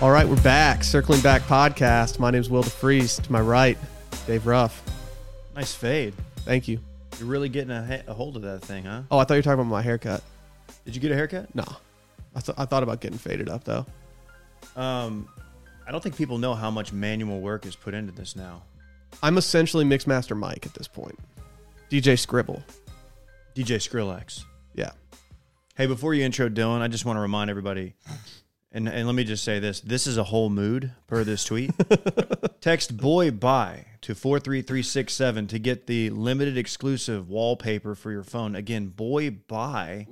All right, we're back. Circling Back podcast. My name's Will DeFries. To my right, Dave Ruff. Nice fade. Thank you. You're really getting a, ha- a hold of that thing, huh? Oh, I thought you were talking about my haircut. Did you get a haircut? No, I, th- I thought about getting faded up though. Um, I don't think people know how much manual work is put into this now. I'm essentially Mixmaster Mike at this point. DJ Scribble. DJ Skrillex. Yeah. Hey, before you intro Dylan, I just want to remind everybody, and, and let me just say this this is a whole mood per this tweet. Text boy buy to 43367 to get the limited exclusive wallpaper for your phone. Again, boy buy.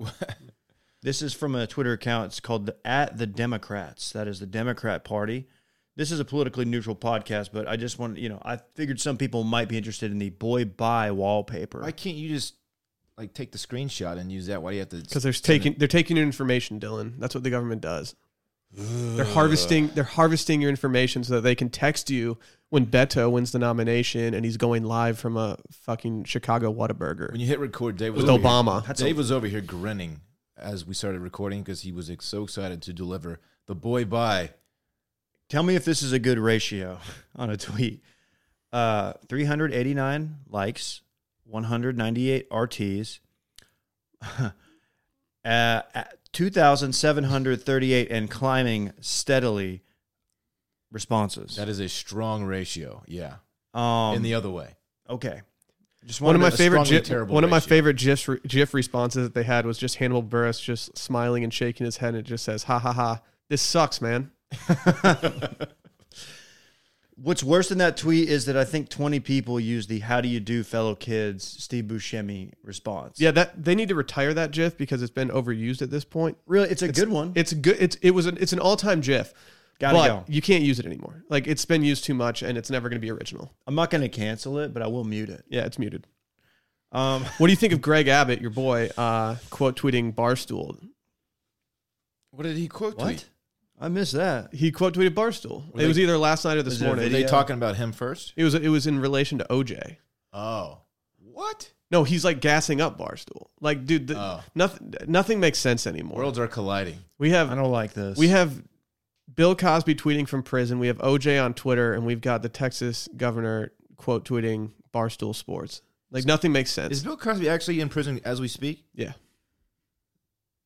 this is from a Twitter account. It's called the, at the Democrats. That is the Democrat Party. This is a politically neutral podcast, but I just want, you know, I figured some people might be interested in the boy buy wallpaper. Why can't you just like take the screenshot and use that? Why do you have to? Because they're taking they're taking your information, Dylan. That's what the government does. They're harvesting they're harvesting your information so that they can text you when Beto wins the nomination and he's going live from a fucking Chicago Whataburger when you hit record, Dave was with over here- Obama. That's Dave was over here grinning as we started recording because he was ex- so excited to deliver the boy by. Tell me if this is a good ratio on a tweet. Uh, 389 likes, 198 RTs, uh, at 2,738 and climbing steadily responses. That is a strong ratio. Yeah, um, in the other way. okay. Just One of my wanted a favorite strongly GIF, terrible one of my ratio. favorite GIF, re- GIF responses that they had was just Hannibal Burris just smiling and shaking his head and it just says ha ha ha this sucks man What's worse than that tweet is that I think 20 people use the "How do you do, fellow kids?" Steve Buscemi response. yeah that they need to retire that GIF because it's been overused at this point really, it's a good one. It's a good. It's it was an, it's an all time GIF. Gotta but go. You can't use it anymore. Like it's been used too much, and it's never going to be original. I'm not going to cancel it, but I will mute it. Yeah, it's muted. Um, What do you think of Greg Abbott, your boy, uh, quote tweeting Barstool? What did he quote? what? tweet? I missed that. He quote tweeted Barstool. Were it they- was either last night or this Was it a Were morning. they Video. talking about him first? It was it was in relation to OJ. Oh, what? No, he's like gassing up Barstool. Like, dude, the, Oh. nothing nothing makes sense anymore. Worlds are colliding. we have I don't like this. We have Bill Cosby tweeting from prison. We have OJ on Twitter, and we've got the Texas governor quote tweeting Barstool Sports. Like nothing makes sense. Is Bill Cosby actually in prison as we speak? yeah,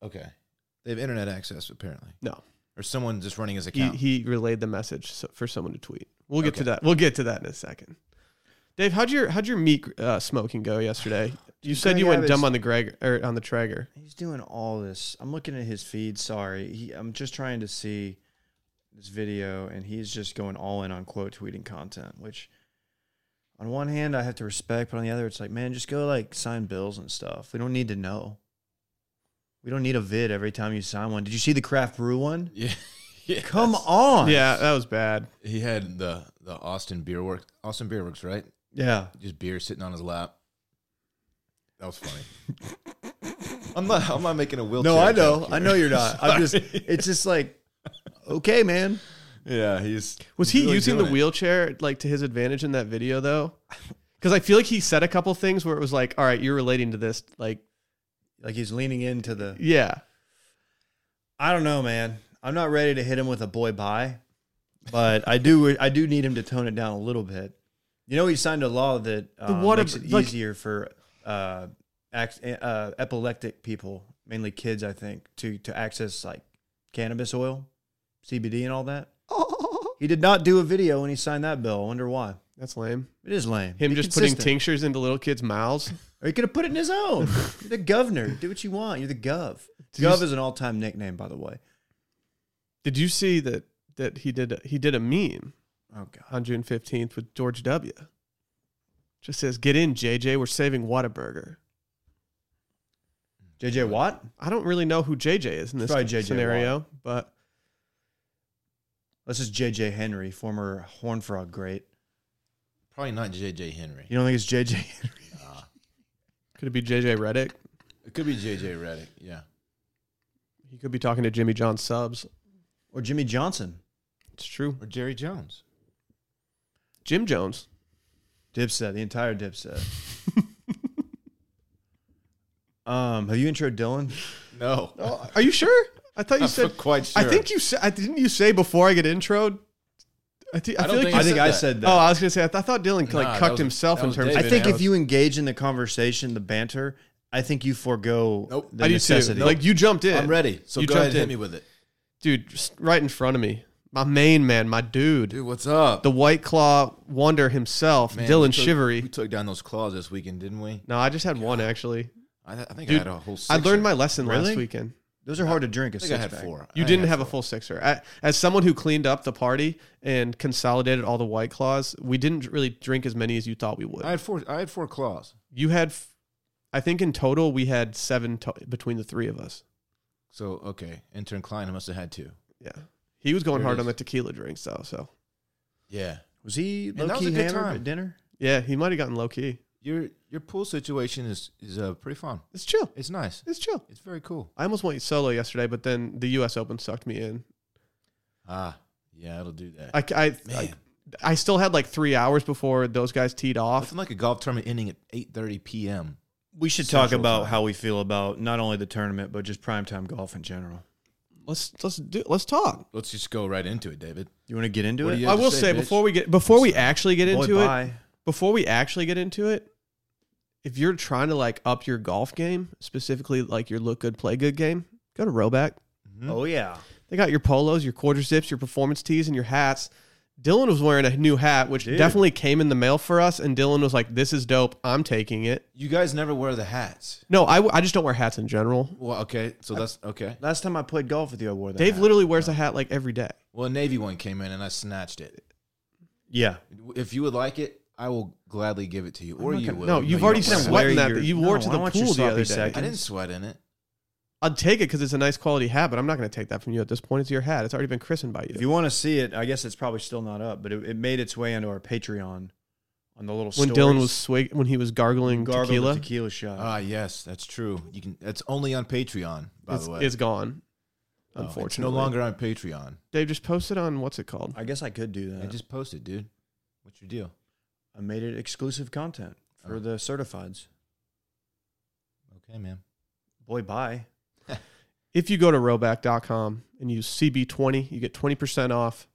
Okay, they have internet access apparently, no. or someone just running his He, account. he relayed the message so, for someone to tweet. We'll get to Okay. that. We'll get to that in a second. Dave, how'd your how'd your meat uh, smoking go yesterday? You said you Greg went Abbott's- dumb on the Greg or on the Traeger. He's doing all this. I'm looking at his feed. Sorry, he, I'm just trying to see this video, and he's just going all in on quote tweeting content. Which, on one hand, I have to respect, but on the other, it's like, man, just go like sign bills and stuff. We don't need to know. We don't need a vid every time you sign one. Did you see the craft brew one? yeah, yeah. Come on. Yeah, that was bad. He had the the Austin Beer Works, Austin Beer Works, right? Yeah. Just beer sitting on his lap. That was funny. I'm not. I'm not making a wheelchair. No, I know. joke I here. know you're not. I'm just. Sorry. It's just like, okay, man. Yeah, he's. Was he's he really using the doing it. wheelchair like to his advantage in that video though? Because I feel like he said a couple things where it was like, "All right, you're relating to this." Like, Like he's leaning into the. yeah, I don't know, man. I'm not ready to hit him with a boy bye, but I do. I do need him to tone it down a little bit. You know, he signed a law that um, what makes ab- it like- easier for uh, ac- uh, epileptic people, mainly kids, I think, to to access like cannabis oil, CBD, and all that. He did not do a video when he signed that bill. I wonder why. That's lame. It is lame. Him Be just consistent. putting tinctures into little kids' mouths. Or he could have put it in his own. You're the governor. Do what you want. You're the gov. Do you gov s- is an all-time nickname, by the way. Did you see that that he did he did a meme Oh god. on June fifteenth with George W. Just says, "Get in, JJ. We're saving Whataburger." JJ Watt. I don't really know who JJ is in this Probably JJ scenario, but This is JJ Henry, former Horn Frog great. Probably not JJ Henry. Uh, You don't think it's JJ Henry? could it be JJ Reddick? It could be JJ Redick. Yeah. He could be talking to Jimmy John subs. Or Jimmy Johnson? It's true. Or Jerry Jones. Jim Jones. Dipset, the entire Dipset. um, have you intro Dylan? No. Are you sure? I thought you I'm Oh, said. quite sure. I think you said. Didn't you say before I get introed? I, thi- I I feel like don't think you I think said I that. said that. Oh, I was gonna say. I, th- I thought Dylan like Nah, that cucked was- himself that in was terms David. of. I think Now if it's- you engage in the conversation, the banter, I think you forego Nope. the I do too. necessity. Like you jumped in. I'm ready. So You go ahead jumped and hit in. me with it, dude, just right in front of me. My main man, my dude, dude. What's up? the White Claw wonder himself, Man, Dylan we took- Shivery. We took down those claws this weekend, didn't we? no, I just had one actually. I, th- I think Dude, I had a whole. Six I learned my lesson Really? last weekend. Those are hard to drink. I think I had four. You I didn't had have a full sixer. I, as someone who cleaned up the party and consolidated all the White Claws, we didn't really drink as many as you thought we would. I had four. I had four claws. you had, f- I think in total, we had seven to- between the three of us. So okay, intern Klein must have had two. Yeah. He was going There it hard on is. the tequila drinks, though. So, Yeah, Was he that low was a key good hammered time. at dinner? yeah, he might have gotten low key. your your pool situation is is uh, pretty fun. It's chill. It's nice. It's chill. It's very cool. I almost went solo yesterday, but then the U.S. Open sucked me in. Ah, yeah, it'll do that. I, I, I, I still had like three hours before those guys teed off. Nothing like a golf tournament ending at eight thirty p.m. We should Central talk about time. how we feel about not only the tournament but just primetime golf in general. Let's let's do let's talk. Let's just go right into it, David. You want to get into What it? do you I have to will say, say bitch? before we get before we actually get Boy, into it, bye. before we actually get into it, if you're trying to like up your golf game, specifically like your look good, play good game, go to Roback. Hmm? Oh yeah. They got your polos, your quarter zips, your performance tees, and your hats. Dylan was wearing a new hat, which Dude. definitely came in the mail for us. And Dylan was like, "This is dope. I'm taking it." You guys never wear the hats. No, I, I just don't wear hats in general. Well, okay, so that's okay. Last time I played golf with you, I wore that. Dave hat. literally wears a hat like every day. Well, a navy one came in and I snatched it. Yeah. If you would like it, I will gladly give it to you, or not you gonna- will. no, you've you already don't want sweat it. sweating that. your- but you wore it no, to I the want your pool the sloppy other day. seconds. I didn't sweat in it. I'd take it because it's a nice quality hat, but I'm not going to take that from you at this point. It's your hat. It's already been christened by If you. you want to see it, I guess it's probably still not up, but it, it made its way onto our Patreon on the little When stories. Dylan was swig, when he was gargling gargled the tequila, tequila shot. Ah, yes, that's true. You can. That's only on Patreon, by it's, the way. it's gone. Oh, Unfortunately, it's no longer on Patreon. Dave just posted on what's it called? I guess I could do that. I just posted, dude. What's your deal? I made it exclusive content for Oh. the certifieds. Okay, man. Boy, bye. If you go to roback.com and use CB20, you get 20% off.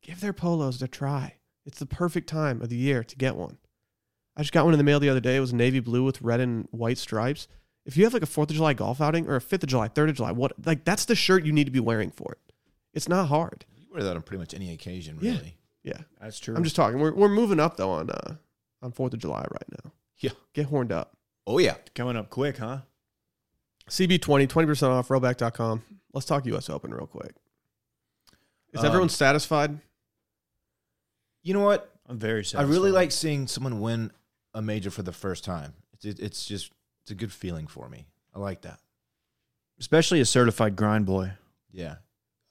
Give their polos a try. It's the perfect time of the year to get one. I just got one in the mail the other day. It was navy blue with red and white stripes. If you have like a 4th of July golf outing or a 5th of July, 3rd of July, what like that's the shirt you need to be wearing for it. It's not hard. You wear that on pretty much any occasion, Yeah. really. Yeah. That's true. I'm just talking. We're, we're moving up though on uh on 4th of July right now. Yeah. Get horned up. Oh yeah. coming up quick, huh? CB20, 20% off roback.com. Let's talk US Open real quick. Is Um, everyone satisfied? You know what? I'm very I satisfied. really like seeing someone win a major for the first time. It's, it, it's just it's a good feeling for me. I like that. especially a certified grind boy. Yeah.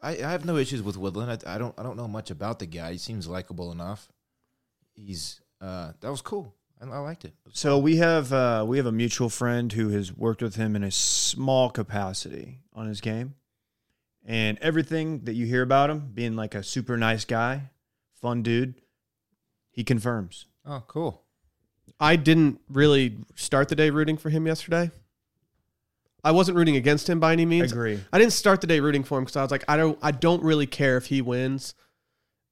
I, I have no issues with Woodland. I, I don't I don't know much about the guy. He seems likable enough. He's uh that was cool. I, I liked it. So we have uh, we have a mutual friend who has worked with him in a small capacity on his game, and everything that you hear about him being like a super nice guy, fun dude, he confirms. Oh, cool. I didn't really start the day rooting for him yesterday. I wasn't rooting against him by any means. Agree. I didn't start the day rooting for him because I was like, I don't, I don't really care if he wins.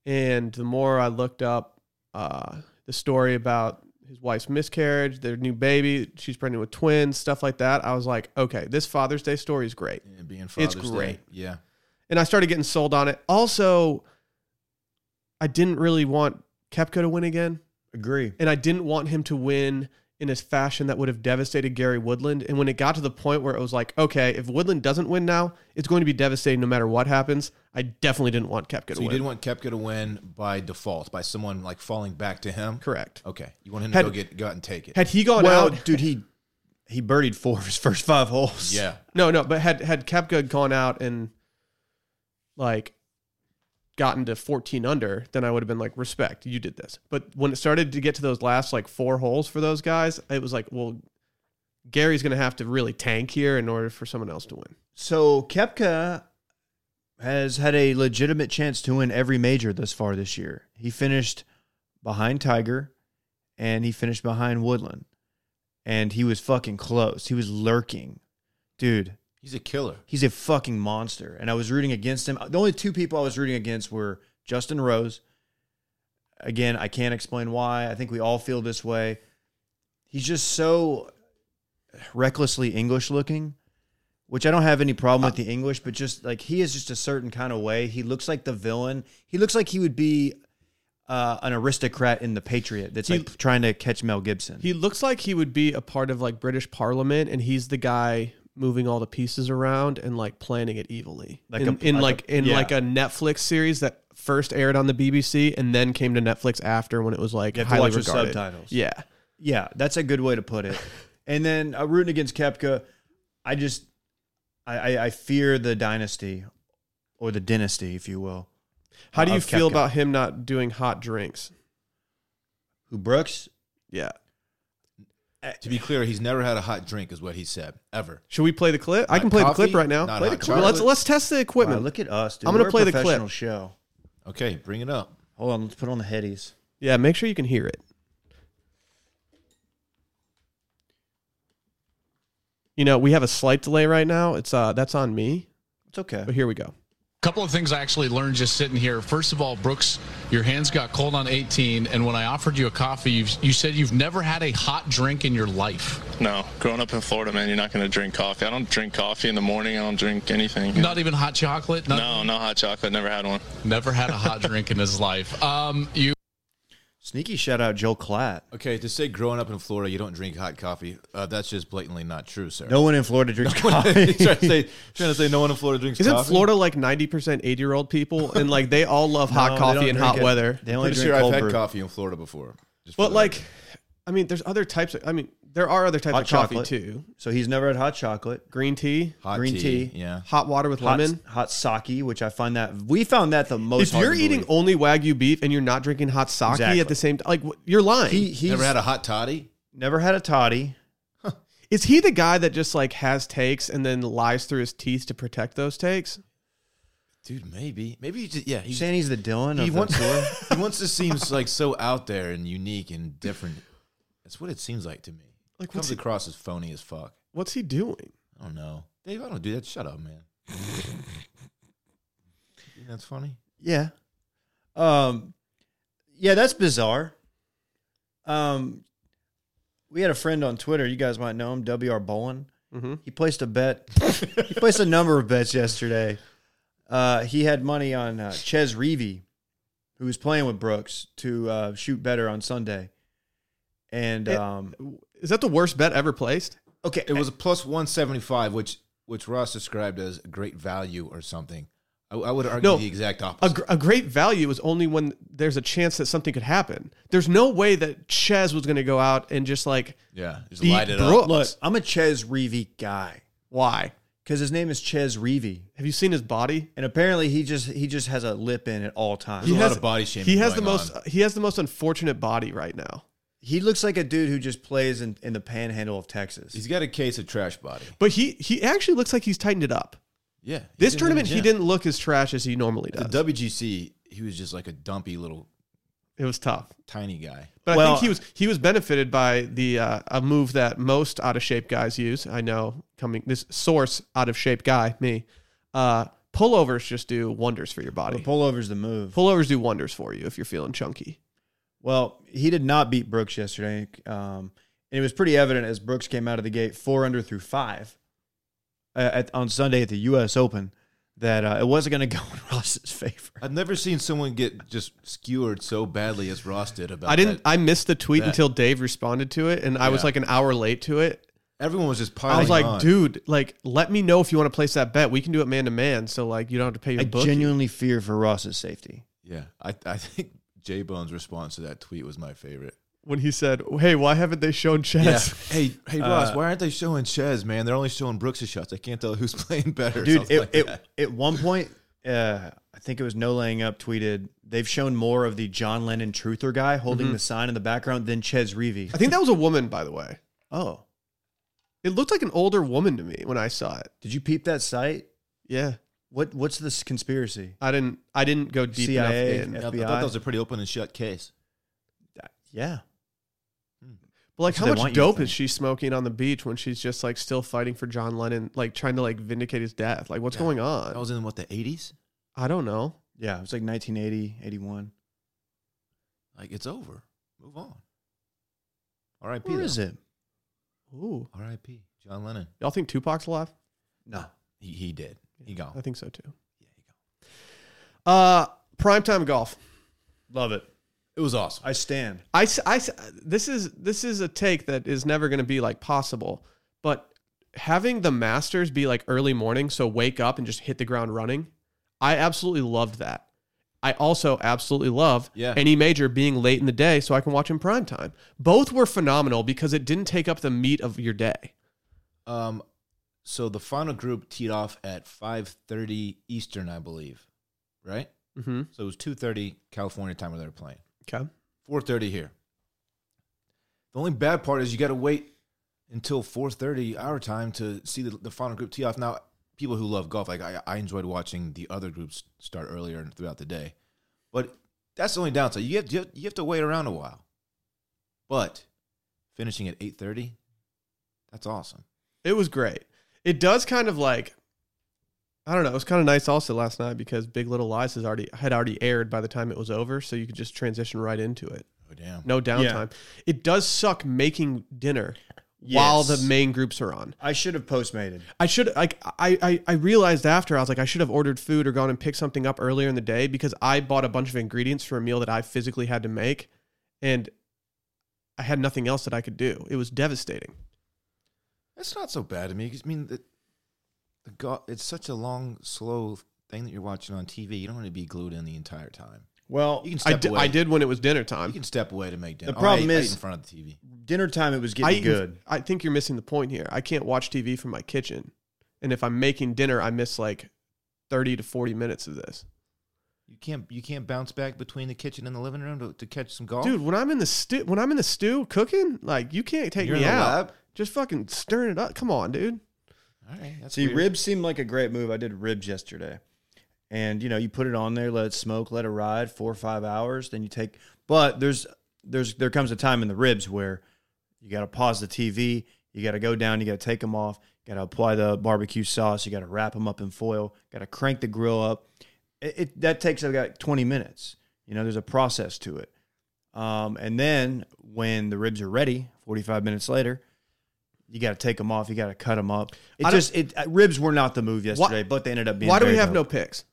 And the more I looked up uh, the story about his wife's miscarriage, their new baby, she's pregnant with twins, stuff like that, I was like, okay, this Father's Day story is great. And being Father's Day. great. Yeah. And I started getting sold on it. Also, I didn't really want Kepka to win again Agree. and I didn't want him to win in a fashion that would have devastated Gary Woodland. And when it got to the point where it was like, okay, if Woodland doesn't win now, it's going to be devastating no matter what happens. I definitely didn't want Kepka to So you win. didn't want Kepka to win by default, by someone like falling back to him? Correct. Okay. You want him Had- to go get go out and take it. Had he gone Well, out, dude, he he birdied four of his first five holes. yeah. no, no, but had had Kepka gone out and like gotten to 14 under, then I would have been like, respect, you did this. But when it started to get to those last like four holes for those guys, it was like, well, Gary's going to have to really tank here in order for someone else to win. So Kepka has had a legitimate chance to win every major thus far this year. He finished behind Tiger and he finished behind Woodland. And he was fucking close. He was lurking. Dude, He's a killer. He's a fucking monster. And I was rooting against him. The only two people I was rooting against were Justin Rose. Again, I can't explain why. I think we all feel this way. He's just so recklessly English looking, which I don't have any problem with the English, but just like he is just a certain kind of way. He looks like the villain. He looks like he would be uh, an aristocrat in The Patriot that's He- like trying to catch Mel Gibson. He looks like he would be a part of like British Parliament, and he's the guy moving all the pieces around and like planning it evilly, Like in, a- in like like, a- in yeah. like a Netflix series that first aired on the BBC and then came to Netflix after when it was like You have to highly watch with regarded. subtitles. Yeah, Yeah, that's a good way to put it. And then uh, rooting against Kepka, I just I, I, I fear the dynasty or the dynasty, if you will. how do you Of feel Kepka. about him not doing hot drinks? Who Brooks? Yeah, To be clear, he's never had a hot drink, is what he said ever. should we play the clip? I Not can play the clip coffee, right now. not Play the hot clip. Let's chocolate. let's test the equipment. Wow, Uh, look at us. Dude. I'm gonna We're a play the clip. professional Show. Okay, bring it up. Hold on, let's put on the headies. yeah, make sure you can hear it. You know, we have a slight delay right now. It's uh that's on me. It's okay. But here we go. couple of things I actually learned just sitting here. First of all, Brooks, your hands got cold on 18, and when I offered you a coffee, you you said you've never had a hot drink in your life. No, growing up in Florida, man, you're not going to drink coffee. I don't drink coffee in the morning. I don't drink anything. Not even hot chocolate. Not, No, no hot chocolate. Never had one. Never had a hot drink in his life. Um, you Sneaky shout out Joe Klatt. Okay, to say growing up in Florida, you don't drink hot coffee, uh, that's just blatantly not true, sir. No one in Florida drinks coffee. trying, to say, trying to say no one in Florida drinks Isn't coffee? Florida like 90% 80 year old people? And like they all love No, hot they don't coffee and drink hot it. weather. They only Pretty drink sure cold I've had brew. coffee in Florida before. Just for But the like, record. I mean, there's other types of, I mean, there are other types Hot of coffee chocolate. too. So he's never had hot chocolate, Green tea, hot green tea, tea. yeah. hot water with hot, lemon. hot sake, which I find that we found that the most. if you're hard to eating believe. only Wagyu beef and you're not drinking hot sake Exactly. at the same time, like wh- you're lying. he he's Never had a hot toddy? never had a toddy. Is he the guy that just like has takes and then lies through his teeth to protect those takes? Dude, maybe. Maybe you just, yeah. You He's, saying he's the Dylan he of wants the tour? he wants to seem like so out there and unique and different. That's what it seems like to me. Like, Like what's comes he- across as phony as fuck. What's he doing? I don't know, Dave. I don't do that. Shut up, man. You think That's funny. Yeah. Um yeah, that's bizarre. Um we had a friend on Twitter, you guys might know him, WR Bowen. Mhm. He placed a bet. he placed a number of bets yesterday. Uh he had money on uh, Ches Reavy, who was playing with Brooks to uh shoot better on Sunday. And It- um Is that the worst bet ever placed? okay, It was a plus one seventy five, which which Ross described as great value or something. I, I would argue No, the exact A, opposite. gr- a great value is only when there's a chance that something could happen. There's no way that Ches was going to go out and just like yeah, just beat light it up. Brooks. look, I'm a Ches Reavy guy Why? cuz his name is Ches Reavy. Have you seen his body? And apparently he just he just has a lip in at all times. There's He a lot has- of body shaming. He has the going most. uh, on. He has the most unfortunate body right now. He looks like a dude who just plays in, in the panhandle of Texas. He's got a case of trash body. But he he actually looks like he's tightened it up. Yeah. he's This in the tournament, he gym. didn't look as trash as he normally does. The WGC, he was just like a dumpy little it was tough. tiny guy. But I Well- think he was he was benefited by the uh, a move that most out of shape guys use. I know coming this source out of shape guy me. Uh, pullovers just do wonders for your the body. pullover's the move. Pullovers do wonders for you if you're feeling chunky. well, he did not beat Brooks yesterday. Um, and it was pretty evident as Brooks came out of the gate four under through five uh, at, on Sunday at the U.S. Open that uh, it wasn't going to go in Ross's favor. I've never seen someone get just skewered so badly as Ross did about I didn't. that. I missed the tweet that- until Dave responded to it, and I was Yeah. like an hour late to it. Everyone was just piling I was like, on. dude, like, let me know if you want to place that bet. We can do it man to man, so like, you don't have to pay your I bookie. genuinely fear for Ross's safety. Yeah, I, I think J Bone's response to that tweet was my favorite. when he said, "Hey, why haven't they shown chess?" Hey, hey Ross, why aren't they showing Chez, man? They're only showing Brooks' shots. I can't tell who's playing better. Dude, it, it, it, at one point, uh, I think it was No Laying Up tweeted, they've shown more of the John Lennon truther guy holding the sign in the background than Ches Reavy. I think that was a woman, by the way. Oh, It looked like an older woman to me when I saw it. did you peep that site? Yeah, What what's this conspiracy? I didn't. I didn't go deep CIA. enough in. I thought FBI. Uh, that was a pretty open and shut case. Yeah. But like, That's how what they much want you to dope think. is she smoking on the beach when she's just like still fighting for John Lennon, like trying to like vindicate his death? Like, what's Yeah. going That Oh. on? was in what the eighties. I don't know. Yeah, it was like 1980, 81. Like it's over. Move on. R.I.P. Where is it? Ooh, R.I.P. John Lennon. y'all think Tupac's alive? No. He he did. He I Oh. gone. think so too. Yeah, he gone. Uh, primetime golf. Love it. It was awesome. I stand. I, s- I s- this is this is a take that is never going to be like possible, but having the Masters be like early morning, so wake up and just hit the ground running. I absolutely loved that. I also absolutely love Yeah. any major being late in the day so I can watch in prime time. Both were phenomenal because it didn't take up the meat of your day. Um, so the final group teed off at five thirty Eastern, I believe, right? Mm-hmm. So it was two thirty California time where they were playing. Okay. Four thirty here. The only bad part is you got to wait until four thirty our time to see the, the final group tee off. Now, people who love golf, like I, I enjoyed watching the other groups start earlier and throughout the day, but that's the only downside. You have you have, you have to wait around a while, but finishing at eight thirty, that's awesome. It was great. It does kind of like I don't know. It was kind of nice also last night because Big Little Lies has already had already aired by the time it was over, so you could just transition right into it. Oh damn. No downtime. It does suck making dinner while the Yes. main groups are on. I should have postmated. I should like I, I I realized after I was like I should have ordered food or gone and picked something up earlier in the day because I bought a bunch of ingredients for a meal that I physically had to make and I had nothing else that I could do. It was devastating. That's not so bad to me. 'cause, I mean, the, the go- it's such a long, slow thing that you're watching on TV. You don't want to be glued in the entire time. Well, You can I step did, away. I did when it was dinner You time. can step away to make dinner. The Oh, I problem ate- I ate is- in front of the TV. dinner time it was getting I, good. I think you're missing the point here. I can't watch TV from my kitchen. And if I'm making dinner, I miss like 30 to 40 minutes of this. You can't you can't bounce back between the kitchen and the living room to, to catch some golf, Dude, when I'm in the stew, when I'm in the stew cooking, like you can't take You're me in the out. lab? Just fucking stirring it up. Come on, dude. All right, that's See, weird. ribs seemed like a great move. I did ribs yesterday. And you know, you put it on there, let it smoke, let it ride four or five hours, then you take but there's there's there comes a time in the ribs where you gotta pause the TV, you gotta go down, you gotta take them off, you gotta apply the barbecue sauce, you gotta wrap them up in foil, gotta crank the grill up. It, it that takes about twenty minutes. You know, there's a process to it. Um, and then when the ribs are ready, 45 minutes later, you got to take them off. You got to cut them up. It I don't- just it uh, ribs were not the move yesterday, but they ended up being. Why do we very have no dope. picks?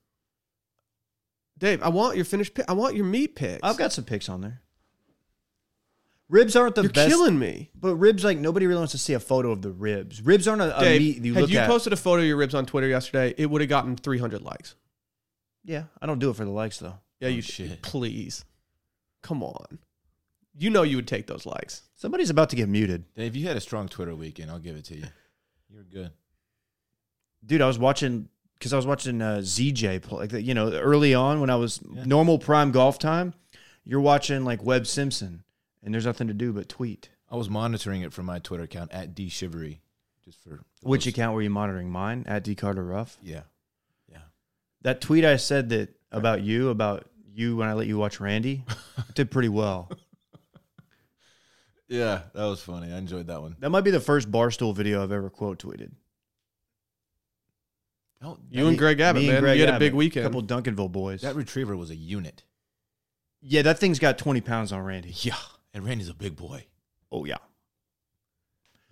Dave, I want your finished pick. I want your meat picks. I've got some picks on there. Ribs aren't the You're best, killing me. but ribs like nobody really wants to see a photo of the ribs. Ribs aren't a, a Dave, meat you had look you at. posted a photo of your ribs on Twitter yesterday, it would have gotten 300 likes. yeah, I don't do it for the likes though. Yeah, Oh, you shit. Please. Come on. You know you would take those likes. Somebody's about to get muted, Dave, you had a strong Twitter weekend. I'll give it to you. You're good. dude. I was watching because I was watching uh, ZJ play. Like you know, early on when I was Yeah. normal prime golf time, you're watching like Webb Simpson, and there's nothing to do but tweet. I was monitoring it from my Twitter account at d shivery, just for Which those- account were you monitoring? Mine at D Carter Ruff. Yeah, That tweet I said that about you, about you when I let you watch Randy, it did pretty well. yeah, that was funny. I enjoyed that one. That might be the first barstool video I've ever quote tweeted. Oh, You that, and Greg Abbott, Me and man. Greg you had a Abbott, big weekend. Couple Duncanville boys. that retriever was a unit. yeah, that thing's got twenty pounds on Randy. Yeah, and Randy's a big boy. Oh yeah.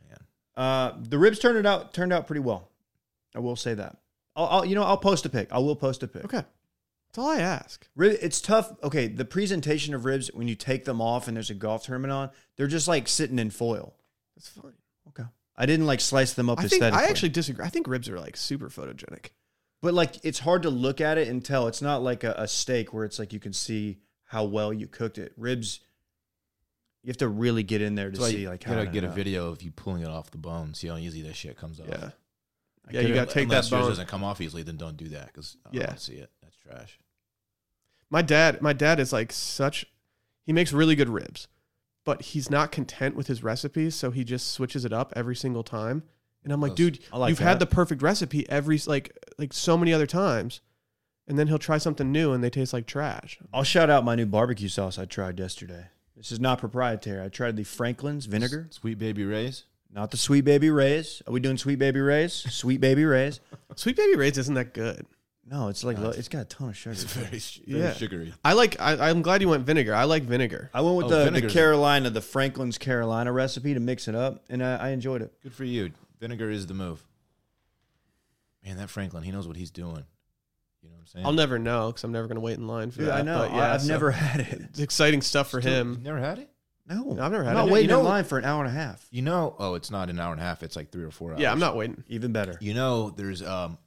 Man. Uh, the ribs turned it out turned out pretty well. I will say that. I'll, I'll you know I'll post a pic. I will post a pic. okay. That's all I ask. Rib, it's tough. Okay, the presentation of ribs when you take them off and there's a golf tournament on, they're just like sitting in foil. It's fine. Okay. I didn't like slice them up I think aesthetically. I actually disagree. I think ribs are like super photogenic. but like it's hard to look at it and tell. It's not like a, a steak where it's like you can see how well you cooked it. Ribs, you have to really get in there to So see I like how gotta to get a video of you pulling it off the bone. See how easy that shit comes off. Yeah. I Yeah, you could've- got to take Unless that yours bone. doesn't come off easily, then don't do that because I Yeah. don't see it. That's trash. My dad, my dad is like such he makes really good ribs, but he's not content with his recipes, so he just switches it up every single time. And I'm like, Those- dude, I like you've had the that. perfect recipe every like like so many other times. And then he'll try something new and they taste like trash. I'll shout out my new barbecue sauce I tried yesterday. This is not proprietary. I tried the Franklin's vinegar, Sweet baby Ray's. not the Sweet Baby Ray's. Are we doing Sweet Baby Ray's? Sweet Baby Ray's. Sweet Baby Ray's isn't that good. No, it's like, lo- it's got a ton of sugar. Very, very Yeah. sugary. I like. I, I'm glad you went vinegar. I like vinegar. I went with Oh, the, the vinegar's- Carolina, the Franklin's Carolina recipe to mix it up, and I, I enjoyed it. Good for you. Vinegar is the move. Man, that Franklin, he knows what he's doing. You know what I'm saying? I'll never know because I'm never going to wait in line for Dude, that. I know. but I, I've so never had it. It's exciting stuff for You him. never had it? No, I've never had it. You I'm not know- waiting you in know- line for an hour and a half. You know, oh, it's not an hour and a half. It's like three or four hours. Yeah, I'm not waiting. Even better. You know, there's um,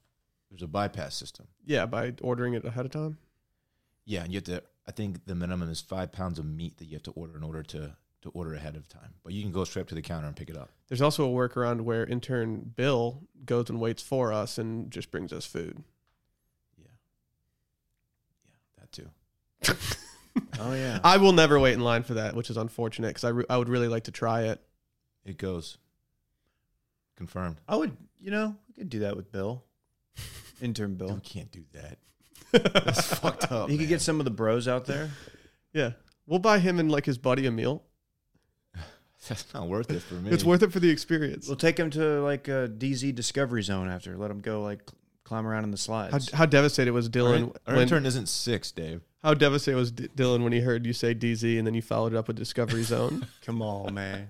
there's a bypass system. Yeah, by ordering it ahead of time. Yeah, and you have to. I think the minimum is five pounds of meat that you have to order in order to to order ahead of time. But you can go straight up to the counter and pick it up. There's also a workaround where intern Bill goes and waits for us and just brings us food. Yeah, yeah, that too. Oh yeah. I will never wait in line for that, which is unfortunate because I, re- I would really like to try it. It goes. Confirmed. I would, you know, we could do that with Bill, intern You Bill. Oh, can't do that. That's fucked up. You could get man. some of the bros out there. Yeah, we'll buy him and like his buddy a meal. That's not worth it for me. It's worth it for the experience. We'll take him to like a DZ Discovery Zone after. Let him go like cl- climb around in the How, slides. how devastated was Our, Dylan? in- our when- intern isn't six, Dave. how devastated was D- Dylan when he heard you say DZ and then you followed it up with Discovery Zone? Come on, man.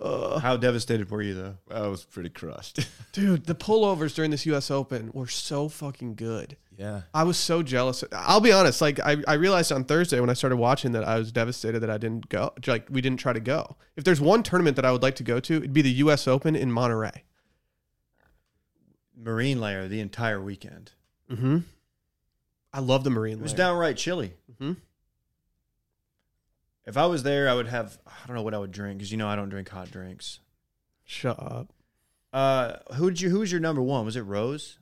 how devastated were you though? I was pretty crushed. Dude, the pullovers during this U.S. Open were so fucking good. yeah. I was so jealous. I'll be honest. Like I, I realized on Thursday when I started watching that I was devastated that I didn't go. Like we didn't try to go. If there's one tournament that I would like to go to, it'd be the U.S. Open in Monterey. Marine layer the entire weekend. Mm-hmm. I love the Marine. It was Layer. downright chilly. Mhm. If I was there, I would have. I don't know what I would drink because you know I don't drink hot drinks. Shut up. Uh, who did you? Who was your number one? Was it Rose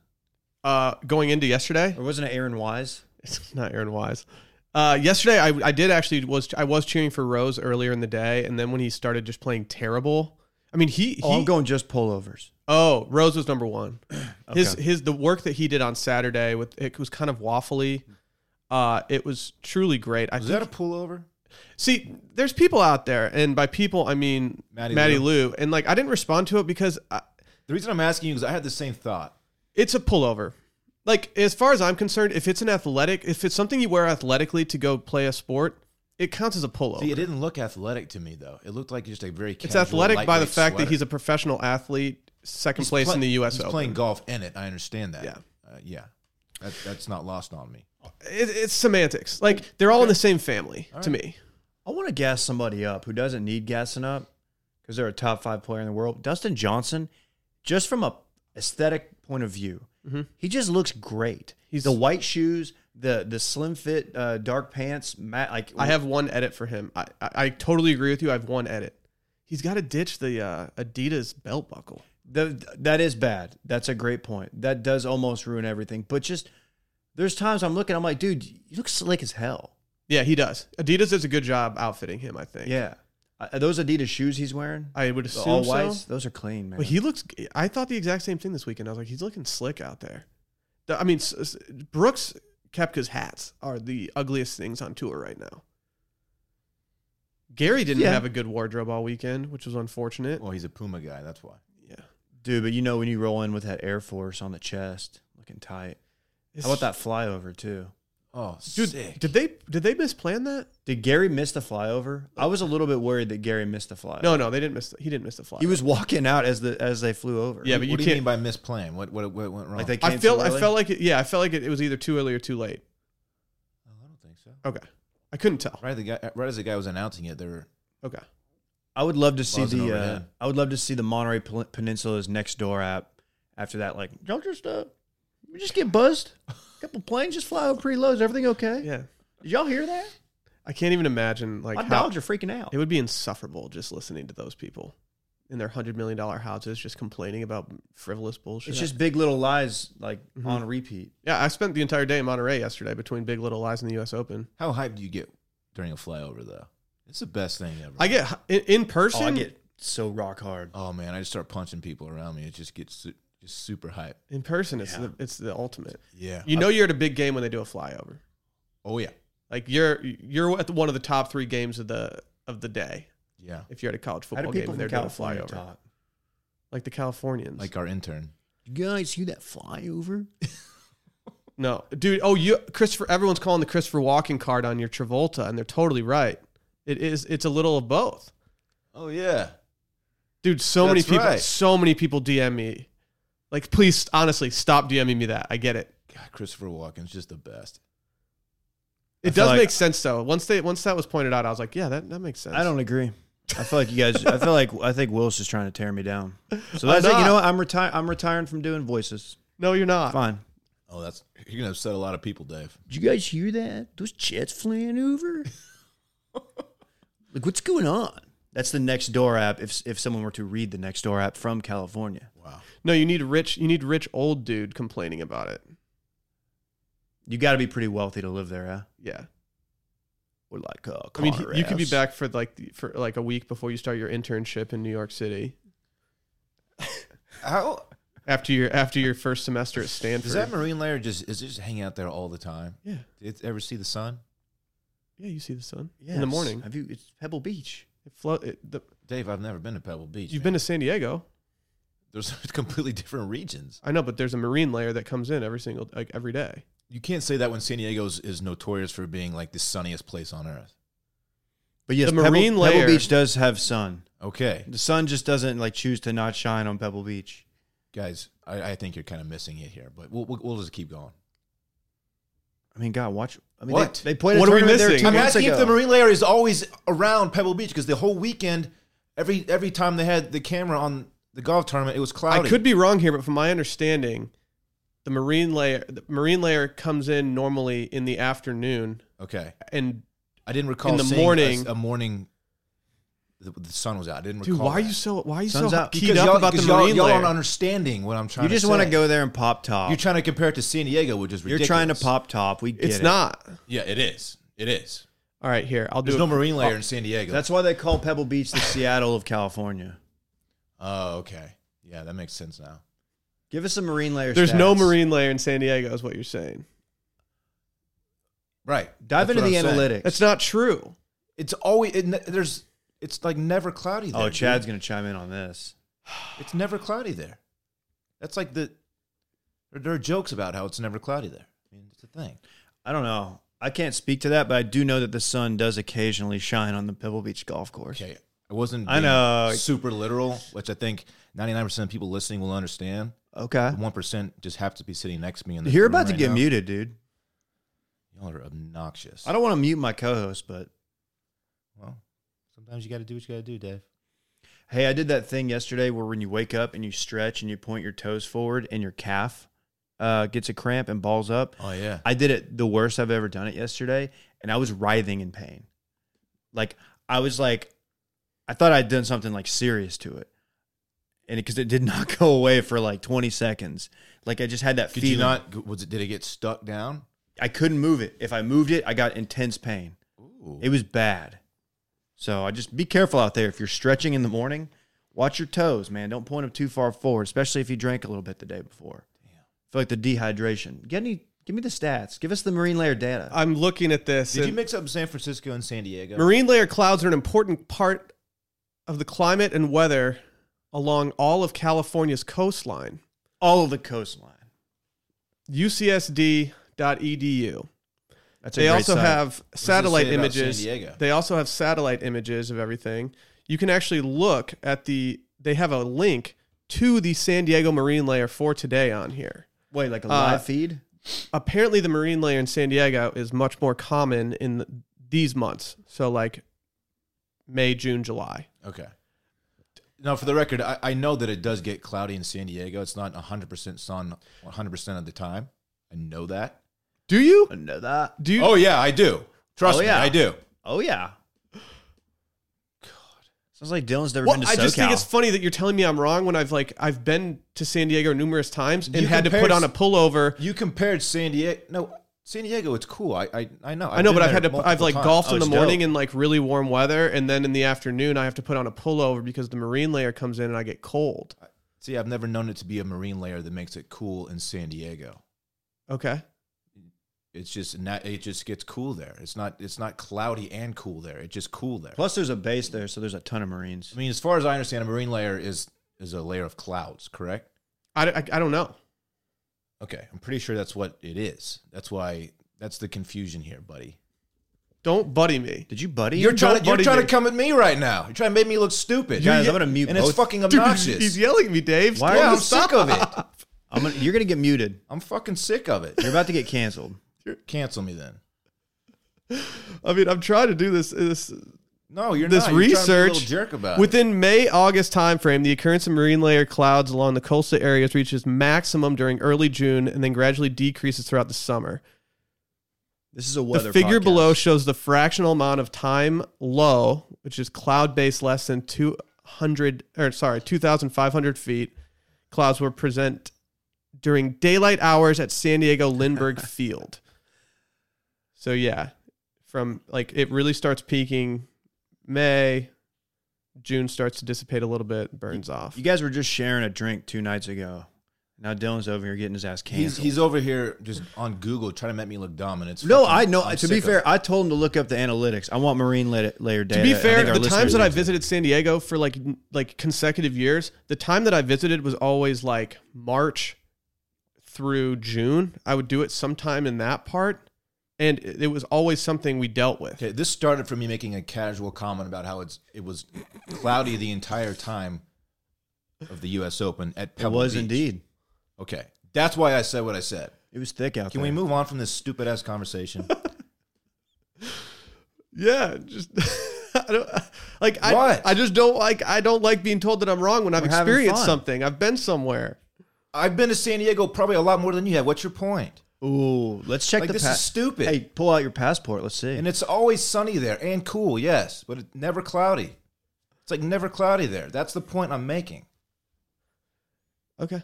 Uh, going into yesterday, or wasn't it Aaron Wise? it's not Aaron Wise. Uh, yesterday I, I did actually was I was cheering for Rose earlier in the day, and then when he started just playing terrible, I mean he. Oh, he I'm going just pullovers. Oh, Rose was number one. His Okay. his the work that he did on Saturday with it was kind of waffly. Uh, it was truly great. I Was think, that a pullover? see, there's people out there, and by people I mean Maddie, Maddie Lou. and like I didn't respond to it because I, The reason I'm asking you is I had the same thought. it's a pullover. Like as far as I'm concerned, if it's an athletic, if it's something you wear athletically to go play a sport, it counts as a pullover. See, it didn't look athletic to me though. It looked like just a very. it's athletic by the fact that he's a professional athlete, second place in the U.S. He's Open. playing golf in it. I understand that. Yeah. uh, yeah, that, that's not lost on me. It, it's semantics. Like they're all in the same family to me. I want to gas somebody up who doesn't need gassing up because they're a top five player in the world. Dustin Johnson, just from a aesthetic point of view, he just looks great. He's Mm-hmm. He's- the white shoes, the the slim fit, uh, dark pants. Matt, like I have one edit for him. I, I, I totally agree with you. I have one edit. He's got to ditch the uh, Adidas belt buckle. The, that is bad. That's a great point. That does almost ruin everything. But just there's times I'm looking, I'm like, dude, you look slick as hell. Yeah, he does. Adidas does a good job outfitting him. I think. Yeah. Are Uh, those Adidas shoes he's wearing? I would The assume all so. whites? Those are clean, man. But he looks. I thought the exact same thing this weekend. I was like, he's looking slick out there. The- I mean, s- s- Brooks Kepka's hats are the ugliest things on tour right now. Gary didn't Yeah. have a good wardrobe all weekend, which was unfortunate. Well, he's a Puma guy. That's why. yeah. Dude, but you know when you roll in with that Air Force on the chest, looking tight. How about that flyover too? Oh, dude? sick. Did they did they misplan that? Did Gary miss the flyover? I was a little bit worried that Gary missed the flyover. No, no, they didn't miss. The, he didn't miss the fly. he was walking out as the as they flew over. Yeah, but you what do you can't- mean by misplaying? What what what went wrong? like they. Came I felt too I early? felt like it, yeah, I felt like it, it was either too early or too late. oh, I don't think so. Okay. I couldn't tell. Right, the guy, right as the guy was announcing it, they were Okay. I would love to see Buzzing the. over Uh, him. I would love to see the Monterey Pel- Peninsula's next door app. After that, like y'all just uh, we just get buzzed. couple planes just fly over pretty low. Is everything okay? Yeah. Did y'all hear that? I can't even imagine like My how dogs are freaking out. it would be insufferable just listening to those people in their 100 million dollar houses just complaining about frivolous bullshit. It's just Big Little Lies like Mm-hmm. on repeat. Yeah, I spent the entire day in Monterey yesterday between Big Little Lies and the US Open. How hyped do you get during a flyover though? It's the best thing ever. I get in, in person Oh, I get so rock hard. oh man, I just start punching people around me. It just gets su- just super hype. in person it's the it's the ultimate. Yeah. You know you're at a big game when they do a flyover. oh yeah. Like you're you're at one of the top three games of the of the day Yeah. if you're at a college How football do game people and from they're down a California flyover, talk? like the Californians. Like our intern. You guys see that flyover? no, dude. Oh, you Christopher. Everyone's calling the Christopher Walken card on your Travolta, and they're totally right. It is. It's a little of both, Oh yeah. dude. So many That's people. right. So many people DM me. Like, please, honestly, stop DMing me that. I get it. God, Christopher Walken's just the best. It I feel does like- make sense though. Once they once that was pointed out, I was like, yeah, that, that makes sense. I don't agree. I feel like you guys. I feel like I think Will's just trying to tear me down. So that's I'm like you not. know what? I'm retiring. I'm retiring from doing voices. No, you're not. Fine. Oh, that's you're gonna upset a lot of people, Dave. Did you guys hear that? Those jets flying over? like, what's going on? That's the next door app. If if someone were to read the next door app from California, Wow. No, you need rich. You need rich old dude complaining about it. you got to be pretty wealthy to live there, huh? Yeah, Or like, uh, I mean, he- you could be Conrads. back for like the, for like a week before you start your internship in New York City How after your after your first semester at Stanford. does that marine layer just is it just hang out there all the time? yeah, Did it ever see the sun? yeah. You see the sun in Yes. the morning. Have you? It's Pebble Beach. It float. It, the, Dave, I've never been to Pebble Beach. you've man. been to San Diego. There's completely different regions. I know, but there's a marine layer that comes in every single like every day. You can't say that when San Diego's is notorious for being like the sunniest place on earth. But yes, The Pebble- marine Pebble, layer- Beach does have sun. Okay, The sun just doesn't like choose to not shine on Pebble Beach. guys, I, I think you're kind of missing it here, but we'll, we'll, we'll just keep going. I mean, God, watch. I mean, What? they, they played. A What are we tournament there missing? two I'm I'm months asking if ago. the marine layer is always around Pebble Beach because the whole weekend, every every time they had the camera on the golf tournament, it was cloudy. I could be wrong here, but from my understanding, the marine layer the marine layer comes in normally in the afternoon okay. and I didn't recall In the seeing a- morning- a, morning. The, the sun was out. I didn't recall. Dude, why are that. you so why are you Sun's so out. keyed Because up y'all, about the because y'all- marine y'all layer? aren't understanding what I'm trying. You just want to to go there and pop top. You're trying to compare it to San Diego, which is You're ridiculous. trying to pop top. We get it's it. not. Yeah, it is. It is. All right, here I'll do. There's it. no marine layer in San Diego. That's why they call Pebble Beach the Seattle of California. oh, okay. Yeah, that makes sense now. Give us a marine layer. There's stats. no marine layer in San Diego, is what you're saying. Right. Dive That's into what the I'm saying. analytics. That's not true. It's always it, ne- there's. It's like never cloudy. There, Oh, Chad's dude. gonna chime in on this. It's never cloudy there. That's like the. There there are jokes about how it's never cloudy there. I mean, it's a thing. I don't know. I can't speak to that, but I do know that the sun does occasionally shine on the Pebble Beach golf course. Okay, I wasn't. I being know. Super literal, which I think 99 percent of people listening will understand. Okay. The one percent just happens to be sitting next to me. In the Uh, You're room about to right get now. muted, dude. Y'all are obnoxious. I don't want to mute my co-host, but Well, sometimes you got to do what you got to do, Dave. hey, I did that thing yesterday where when you wake up and you stretch and you point your toes forward and your calf uh, gets a cramp and balls up. Oh yeah. I did it the worst I've ever done it yesterday, and I was writhing in pain. Like I was like, I thought I'd done something like serious to it, and because it, did not go away for like 20 seconds. Like I just had that Did feeling. you not? Was it? Did it get stuck down? I couldn't move it. If I moved it, I got intense pain. Ooh. It was bad. So I just be careful out there. If you're stretching in the morning, watch your toes, man. Don't point them too far forward, especially if you drank a little bit the day before. I feel like the dehydration. Get any? Give me the stats. Give us the marine layer data. I'm looking at this. Did you and mix up San Francisco and San Diego? marine layer clouds are an important part of the climate and weather along all of California's coastline. all of the coastline. UCSD.edu. That's E They also site. have it satellite say about images. San Diego? They also have satellite images of everything. You can actually look at the. They have a link to the San Diego marine layer for today on here. wait like a uh, live feed. apparently the marine layer in San Diego is much more common in th- these months. So like May, June, July. Okay. Now, for the record, I, I know that it does get cloudy in San Diego. It's not 100% sun 100% of the time. I know that. Do you? I know that. Do you? Oh, yeah, I do. Trust Oh, yeah. me, I do. Oh yeah. God, sounds like Dylan's never Well, been to I SoCal. just think it's funny that you're telling me I'm wrong when I've like I've been to San Diego numerous times and You had to put compares- on a pullover. You compared San Diego. No, San Diego, it's cool. I I, I know. I know, been but I've there had to multiple I've like times. golfed in Oh, the it's morning dope. in like really warm weather, and then in the afternoon I have to put on a pullover because the marine layer comes in and I get cold. See, I've never known it to be a marine layer that makes it cool in San Diego. Okay, It's just not, it just gets cool there. It's not it's not cloudy and cool there. It's just cool there. Plus, there's a base there, so there's a ton of Marines. I mean, as far as I understand, a marine layer is is a layer of clouds, correct? I, I, I don't know. Okay, I'm pretty sure that's what it is. That's why that's the confusion here, buddy. Don't buddy me. Did you buddy? You're him? trying Don't to you're buddy trying me. to come at me right now. You're trying to make me look stupid. Guys, You're- I'm gonna mute and both. it's fucking Dude, obnoxious. he's yelling at me, Dave. Stop. Why are yeah, you I'm sick of it. I'm gonna, you're gonna get muted. I'm fucking sick of it. You're about to get canceled. Cancel me then. I mean, I'm trying to do this this No, you're this not. You're trying to be a research little jerk about it. within May August timeframe, the occurrence of marine layer clouds along the coastal areas reaches maximum during early June and then gradually decreases throughout the summer. This is a The weather. figure podcast. below shows the fractional amount of time low, which is cloud based less than 200 or sorry, 2500 feet. Clouds were present during daylight hours at San Diego Lindbergh Field. So yeah, from like it really starts peaking May, June starts to dissipate a little bit, burns off. You guys were just sharing a drink two nights ago. Now Dylan's over here getting his ass He's, canceled. he's over here just on Google trying to make me look dumb, and it's no, fucking- I know. I'm to be sick of fair, it. I told him to look up the analytics. I want marine la- layer to data. be I think fair, our the listeners times that uh, I do. visited San Diego for like n- like consecutive years, the time that I visited was always like March through June. I would do it sometime in that part, and it it was always something we dealt with. Okay, this started from me making a casual comment about how it's it was cloudy the entire time of the U.S. Open at it Pebble was Beach. indeed. Okay, that's why I said what I said. It was thick out Can there. we move on from this stupid ass conversation? Yeah, just I don't uh, like I What? I just don't like I don't like being told that I'm wrong when I've We're having experienced fun. something. I've been somewhere. I've been to San Diego probably a lot more than you have. What's your point? Ooh, let's check Like, the. this is stupid. Hey, pull out your passport. Let's see. And it's always sunny there and cool, yes, but it, never cloudy. It's like never cloudy there. That's the point I'm making. Okay,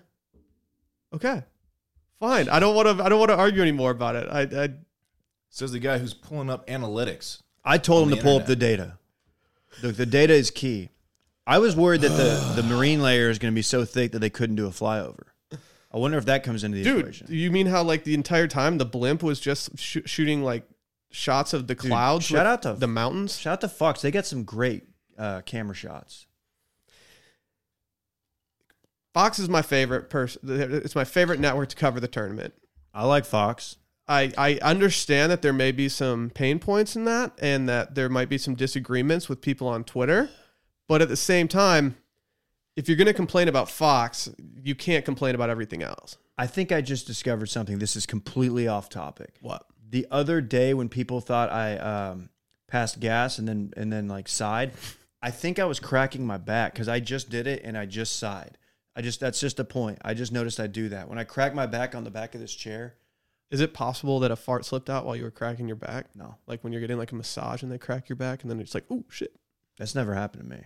okay, fine. I don't want to I don't want to argue anymore about it. I, I Says the guy who's pulling up analytics. I told on him to the pull up the internet. data. Look, the data is key. I was worried that the, the marine layer is going to be so thick that they couldn't do a flyover. I wonder if that comes into the Dude, equation. you mean how like the entire time the blimp was just sh- shooting like shots of the clouds, with shout out to- the mountains? Shout out to Fox. They got some great uh, camera shots. Fox is my favorite person. It's my favorite network to cover the tournament. I like Fox. I, I understand that there may be some pain points in that and that there might be some disagreements with people on Twitter. But at the same time, if you're going to complain about Fox, you can't complain about everything else. I think I just discovered something. This is completely off topic. What? The other day when people thought I um, passed gas and then and then like sighed, I think I was cracking my back because I just did it and I just sighed. I just that's just a point. I just noticed I do that when I crack my back on the back of this chair. Is it possible that a fart slipped out while you were cracking your back? No, Like when you're getting like a massage and they crack your back and then it's like, oh shit. that's never happened to me.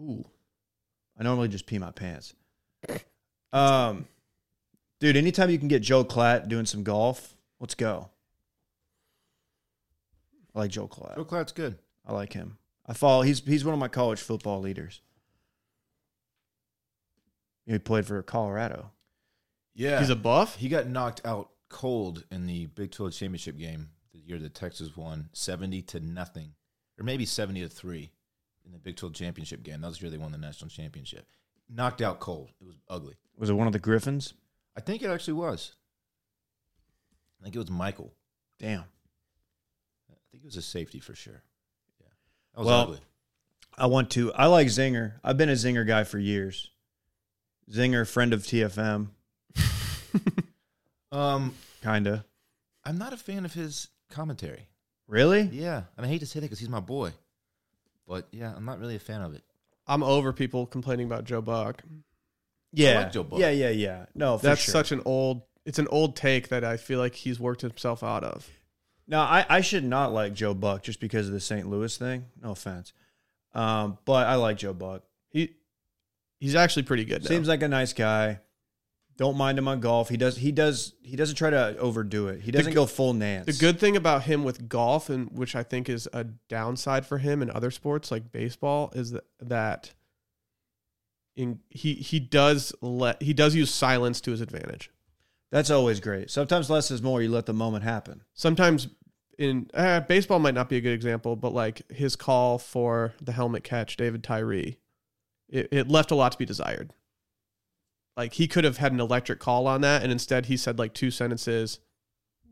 Ooh. I normally just pee my pants. Um, dude, anytime you can get Joe Klatt doing some golf, let's go. I like Joe Joe Klatt. Cloud's good. I like him. I follow. He's he's one of my college football leaders. He played for Colorado. Yeah. He's a buff? He got knocked out cold in the Big 12 championship game the year that Texas won 70 to nothing, or maybe 70 to 3 in the Big 12 championship game. That was the year they won the national championship. Knocked out cold. It was ugly. Was it one of the Griffins? I think it actually was. I think it was Michael. Damn. I think it was a safety for sure. Yeah. That was Well, ugly. I want to. I like Zinger. I've been a Zinger guy for years. Zinger, friend of TFM, Um, kinda. I'm not a fan of his commentary. Really? Yeah. And I hate to say that because he's my boy. But yeah, I'm not really a fan of it. I'm over people complaining about Joe Buck. Yeah. like Joe Buck. Yeah, yeah, yeah. No, for That's sure. such an old it's an old take that I feel like he's worked himself out of. No, I, I should not like Joe Buck just because of the St. Louis thing. No offense. Um, but I like Joe Buck. He he's actually pretty good now. Seems like a nice guy. Don't mind him on golf. He does he does he doesn't try to overdo it. He doesn't g- go full Nance. the good thing about him with golf and which I think is a downside for him in other sports like baseball is that, that in he he does let he does use silence to his advantage. That's always great. Sometimes less is more. You let the moment happen. Sometimes in uh, baseball might not be a good example, but like his call for the helmet catch, David Tyree, it, it left a lot to be desired. Like he could have had an electric call on that, and instead he said like two sentences,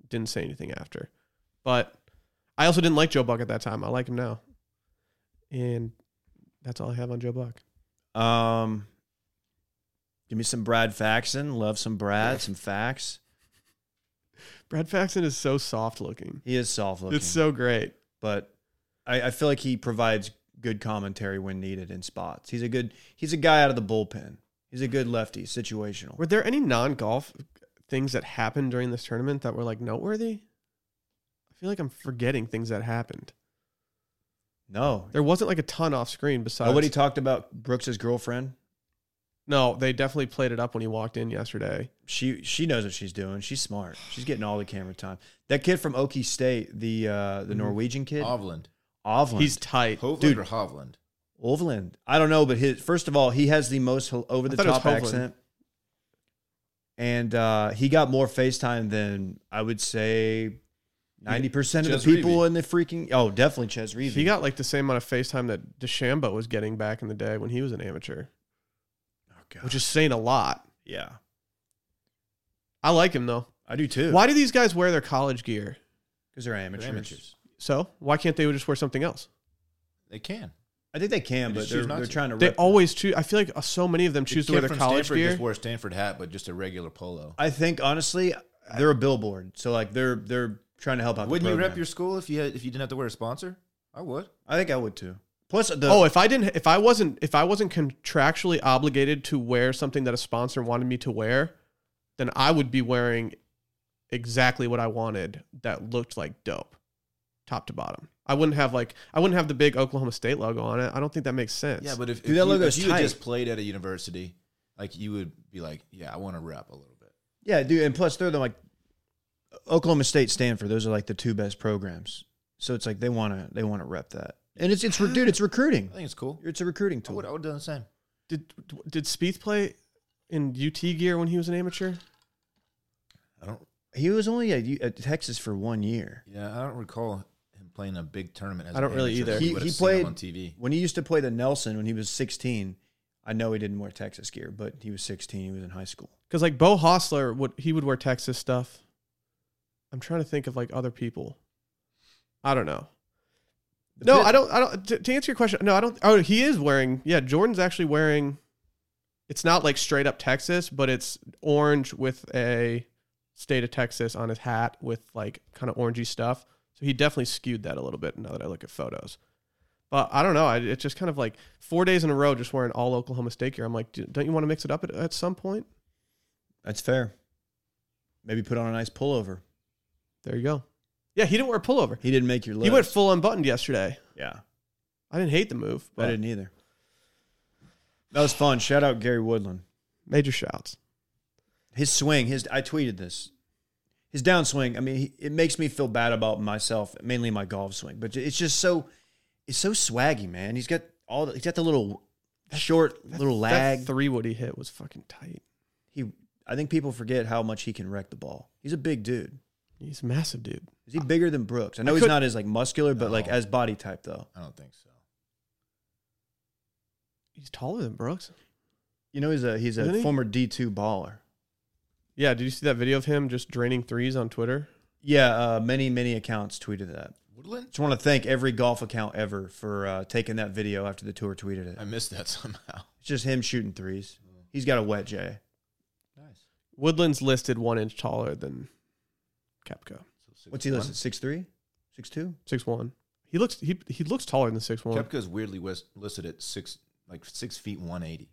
didn't say anything after. But I also didn't like Joe Buck at that time. I like him now, and that's all I have on Joe Buck. Um, give me some Brad Faxon. Love some Brad, some facts. Brad Faxon is so soft looking. He is soft looking, It's uh, so great. but I, I feel like he provides good commentary when needed in spots. He's a good. He's a guy out of the bullpen. He's a good lefty, situational. Were there any non golf things that happened during this tournament that were like noteworthy? I feel like I'm forgetting things that happened. No, There wasn't like a ton off screen besides. nobody talked about Brooks's girlfriend. no, they definitely played it up when he walked in yesterday. She she knows what she's doing. She's smart. She's getting all the camera time. That kid from Okie State, the uh, the Norwegian kid, Hovland. Ovland. Mm-hmm. He's tight. Hovland Dude. or Hovland? Ovland. I don't know, but his first of all, he has the most over the I top thought it was Hovland. accent. And uh, he got more FaceTime than I would say 90% of Ches the people Reavy. in the freaking. Oh, definitely Ches Reavy. He got like the same amount of FaceTime that DeChambeau was getting back in the day when he was an amateur, Oh, God. which is saying a lot. yeah. I like him though. I do too. Why do these guys wear their college gear? Because they're amateurs. amateurs. So why can't they just wear something else? They can. I think they can, They but just they're, choose not they're to. trying to. They rep- always choose. I feel like uh, so many of them The choose to kid wear their from college Stanford gear. just wore a Stanford hat, but just a regular polo. I think, honestly, they're a billboard. So, like, they're they're trying to help out. the Wouldn't you rep program. your school if you had, if you didn't have to wear a sponsor? I would. I think I would too. Plus, the, oh, if I didn't, if I wasn't, if I wasn't contractually obligated to wear something that a sponsor wanted me to wear, then I would be wearing exactly what I wanted that looked like dope, top to bottom. I wouldn't have like I wouldn't have the big Oklahoma State logo on it. I don't think that makes sense. Yeah, but if, Dude, if that you, logo's if you had tight. just played at a university, like you would be like, yeah, I want to rep a little bit. Yeah, dude, and plus they're the, like Oklahoma State, Stanford. Those are like the two best programs. So it's like they want to they want to rep that, and it's it's dude, it's recruiting. I think it's cool. It's a recruiting I would, I tool. would have done the same. did did Spieth play in UT gear when he was an amateur? I don't. He was only at, U- at Texas for one year. Yeah, I don't recall him playing a big tournament. As I don't an really amateur. either. We He, would've he seen him played on TV. when he used to play the Nelson when he was sixteen. I know he didn't wear Texas gear, but he was sixteen. He was in high school. Because like Bo Hostler would he would wear Texas stuff. I'm trying to think of like other people. I don't know. The no, pit- I don't. I don't. To, to answer your question, no, I don't. Oh, he is wearing. Yeah, Jordan's actually wearing. It's not like straight up Texas, but it's orange with a state of Texas on his hat with like kind of orangey stuff. So he definitely skewed that a little bit. Now that I look at photos, but I don't know. I, it's just kind of like four days in a row just wearing all Oklahoma State gear. I'm like, "Dude, don't you want to mix it up at, at some point? That's fair. Maybe put on a nice pullover. There you go. Yeah, he didn't wear a pullover. He didn't make your list. He went full unbuttoned yesterday. Yeah, I didn't e- hate the move, I but didn't either. That was fun. Shout out Gary Woodland. major shouts. his swing his i tweeted this his downswing i mean he, it makes me feel bad about myself mainly my golf swing but it's just so it's so swaggy man he's got all the, he's got the little short little lag That three wood he hit was fucking tight. he i think people forget how much he can wreck the ball he's a big dude He's a massive, dude. is he bigger than brooks i know I he's could- not as like muscular but like No. as body type though I don't think so. He's taller than Brooks. you know he's a he's a Really? former d2 baller Yeah, did you see that video of him just draining threes on Twitter? yeah uh, many many accounts tweeted that Woodland. just want to thank every golf account ever for uh, taking that video after the tour tweeted it I missed that somehow. It's just him shooting threes. Mm. He's got a wet J. Nice. Woodland's listed one inch taller than Kepka. What's he listed? Six three, six two. Six one. He looks he he looks taller than six one. Kepka's weirdly wis- listed at six, like six feet one eighty.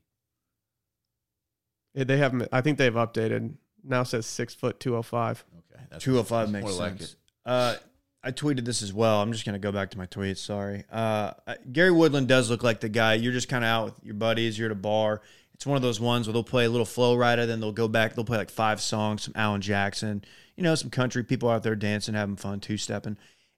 They haven't I think they've updated. Now says six foot two oh five. Okay, that's Two hundred five that's makes more sense. like it. Uh, I tweeted this as well. I'm just gonna go back to my tweets. Sorry. Uh, I- Gary Woodland does look like the guy. You're just kind of out with your buddies. You're at a bar. It's one of those ones where they'll play a little flow rider, then they'll go back. They'll play like five songs, some Alan Jackson, you know, some country. People out there dancing, having fun, two stepping,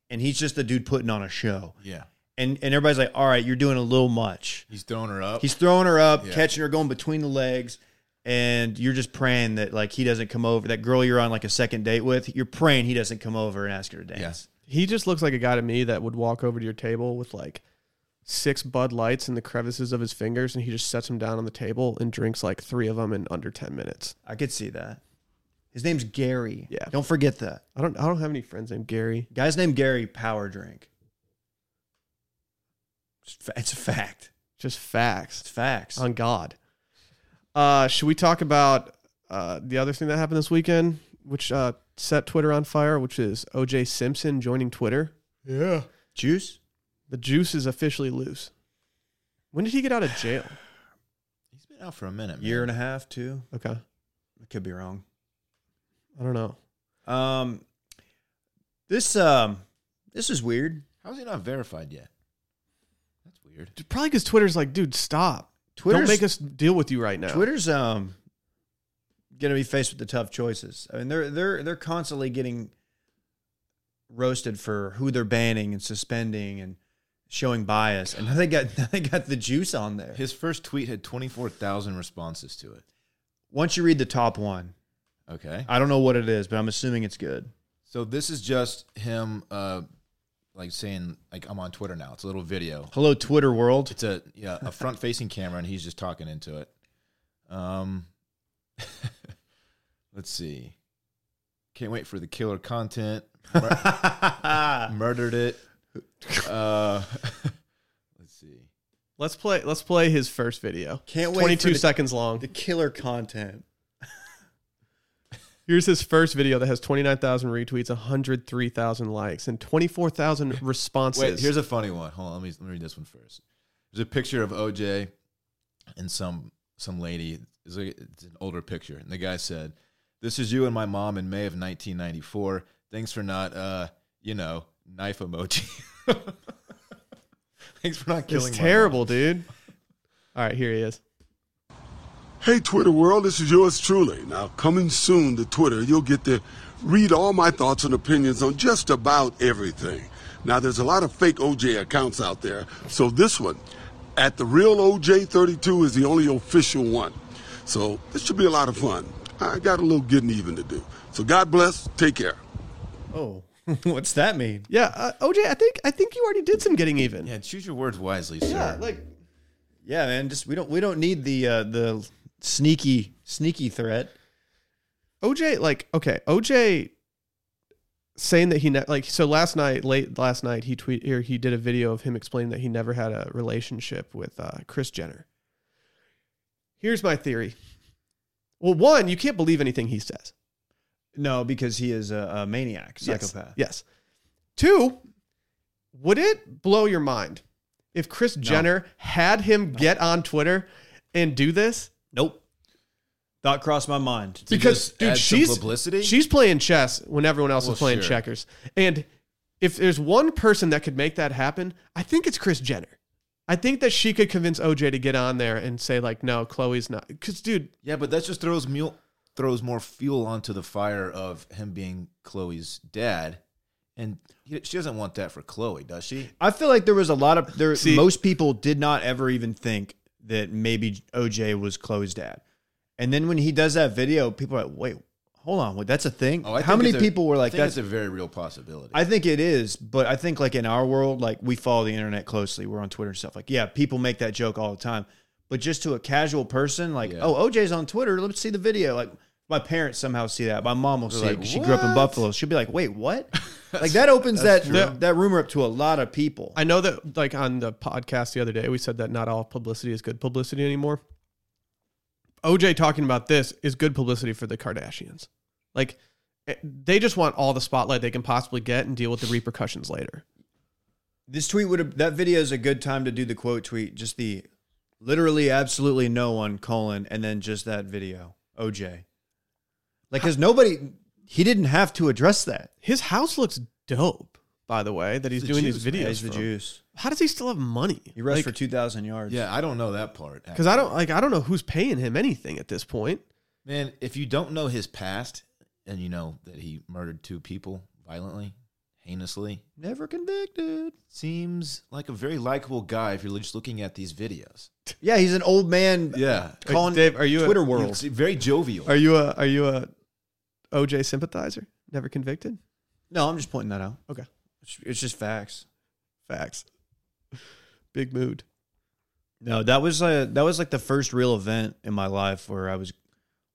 and he's just the dude putting on a show. Yeah, And and everybody's like, all right, you're doing a little much. he's throwing her up. He's throwing her up, Yeah. catching her, going between the legs. and you're just praying that like he doesn't come over. That girl you're on like a second date with, you're praying he doesn't come over and ask her to dance. He just looks like a guy to me that would walk over to your table with like six Bud Lights in the crevices of his fingers, and he just sets them down on the table and drinks like three of them in under ten minutes. I could see that. His name's Gary. Yeah. Don't forget that. I don't. I don't have any friends named Gary. Guy's named Gary Power Drink. It's fa- It's a fact. Just facts. It's facts. on God. Uh, should we talk about uh, the other thing that happened this weekend, which uh, set Twitter on fire, which is OJ Simpson joining Twitter? Yeah. Juice? The juice is officially loose. When did he get out of jail? He's been out for a minute. man. Year and a half, two. Okay, I could be wrong. I don't know. Um this um this is weird. How's he not verified yet? That's weird. Dude, Probably because Twitter's like, dude, stop. Twitter's don't make us deal with you right now. Twitter's um gonna be faced with the tough choices. I mean they're they're they're constantly getting roasted for who they're banning and suspending and showing bias. And now they got now they got the juice on there. His first tweet had twenty four thousand responses to it. Once you read the top one, Okay. I don't know what it is, but I'm assuming it's good. So this is just him, uh, like saying like I'm on Twitter now. It's a little video. Hello, Twitter world. It's a yeah a front facing camera, and he's just talking into it. Um, let's see. Can't wait for the killer content. Mur- murdered it. Uh, let's see. Let's play. Let's play his first video. Can't wait. Twenty-two for the- seconds long. The killer content. Here's his first video that has twenty-nine thousand retweets, hundred three thousand likes, and twenty-four thousand responses. Wait, here's a funny one. Hold on, let me let me read this one first. There's a picture of OJ and some some lady. It's, like, it's an older picture, and the guy said, "This is you and my mom in May of 1994. Thanks for not, uh, you know, knife emoji. Thanks for not killing. it's my mom." terrible, dude. All right, here he is. Hey, Twitter world, this is yours truly. Now, coming soon to Twitter, you'll get to read all my thoughts and opinions on just about everything. Now, there's a lot of fake OJ accounts out there, so this one, at the real OJ32, is the only official one. So, this should be a lot of fun. I got a little getting even to do. So, God bless. Take care. Oh, what's that mean? Yeah, uh, OJ, I think I think you already did some getting even. Yeah, choose your words wisely, sir. Yeah, like Yeah, man. Just we don't we don't need the uh, the sneaky sneaky threat. OJ, like okay, OJ saying that he ne- like so last night, late last night, he tweet or he did a video of him explaining that he never had a relationship with uh, Chris Jenner. Here's my theory. Well, one, you can't believe anything he says. No, because he is a, a maniac, Yes. psychopath. Yes. Two, would it blow your mind if Chris Jenner had him get on Twitter and do this? Nope. Thought crossed my mind. because just dude, add some she's publicity? she's playing chess when everyone else Well, is playing sure. checkers. And if there's one person that could make that happen, I think it's Chris Jenner. I think that she could convince OJ to get on there and say like, "No, Chloe's not." Because dude, yeah, but that just throws mule throws more fuel onto the fire of him being Chloe's dad, and he, she doesn't want that for Chloe, does she? I feel like there was a lot of there. See- most people did not ever even think that maybe OJ was Chloe's dad. And then when he does that video, people are like, "Wait, hold on, wait, that's a thing." Oh, I How think many it's a- people were like, I think "That's it's a very real possibility." I think it is, but I think like in our world, like we follow the internet closely. We're on Twitter and stuff. Like, yeah, people make that joke all the time. But just to a casual person, like, Yeah. oh, OJ's on Twitter. Let's see the video. Like, my parents somehow see that. My mom will see it. like, 'cause She grew up in "What?" Buffalo. She'll be like, wait, what? like that opens that that rumor up to a lot of people. I know that like on the podcast the other day, we said that not all publicity is good publicity anymore. OJ talking about this is good publicity for the Kardashians. Like eh, they just want all the spotlight they can possibly get and deal with the repercussions later. this tweet would have that video is a good time to do the quote tweet. Just the literally absolutely no one colon and then just that video OJ. Like, because nobody he didn't have to address that. His house looks dope, by the way, that he's doing juice, these man. videos. He's the from. juice. How does he still have money? He rushed for two thousand yards. yeah, I don't know that part Because I don't like I don't know who's paying him anything at this point. Man, if you don't know his past and you know that he murdered two people violently, heinously. Never convicted. Seems like a very likable guy if you're just looking at these videos. Yeah, he's an old man. Yeah. calling Dave, are you a- Twitter World. world? Very jovial. Are you a are you a OJ sympathizer? Never convicted? No, I'm just pointing that out. Okay. It's- it's just facts. Facts. Big mood. No, that was uh that was like the first real event in my life where I was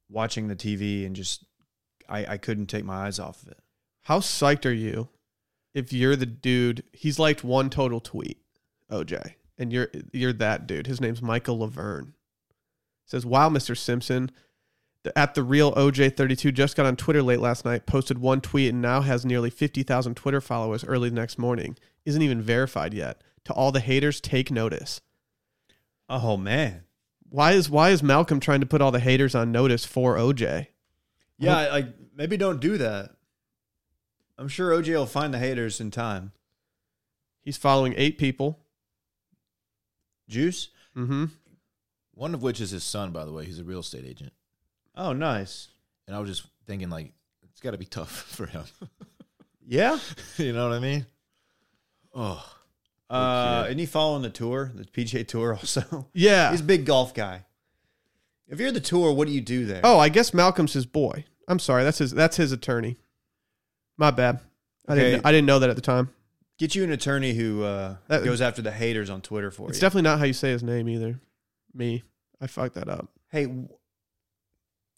watching the TV and just I, I couldn't take my eyes off of it. How psyched are you if you're the dude? He's liked one total tweet, OJ, and you're you're that dude. His name's Michael Laverne. says, "Wow, Mr. Simpson." the- At the real OJ32 just got on Twitter late last night, posted one tweet, and now has nearly 50,000 Twitter followers early the next morning. Isn't even verified yet. To all the haters, take notice. Oh man. Why is why is Malcolm trying to put all the haters on notice for OJ? Yeah, I- like maybe don't do that. I'm sure OJ will find the haters in time. He's following eight people. Juice? Mm-hmm. One of which is his son, by the way, who's a real estate agent. Oh nice. And I was just thinking, like, it's got to be tough for him. Yeah. you know what I mean? Oh, Uh and he following the tour, the PJ tour also. Yeah. He's a big golf guy. If you're the tour, what do you do there? Oh, I guess Malcolm's his boy. I'm sorry. That's his. That's his attorney. My bad. I didn't. Okay. I didn't know that at the time. Get you an attorney who uh, That- goes after the haters on Twitter for It's you. definitely not how you say his name either. Me, I fucked that up. hey, w-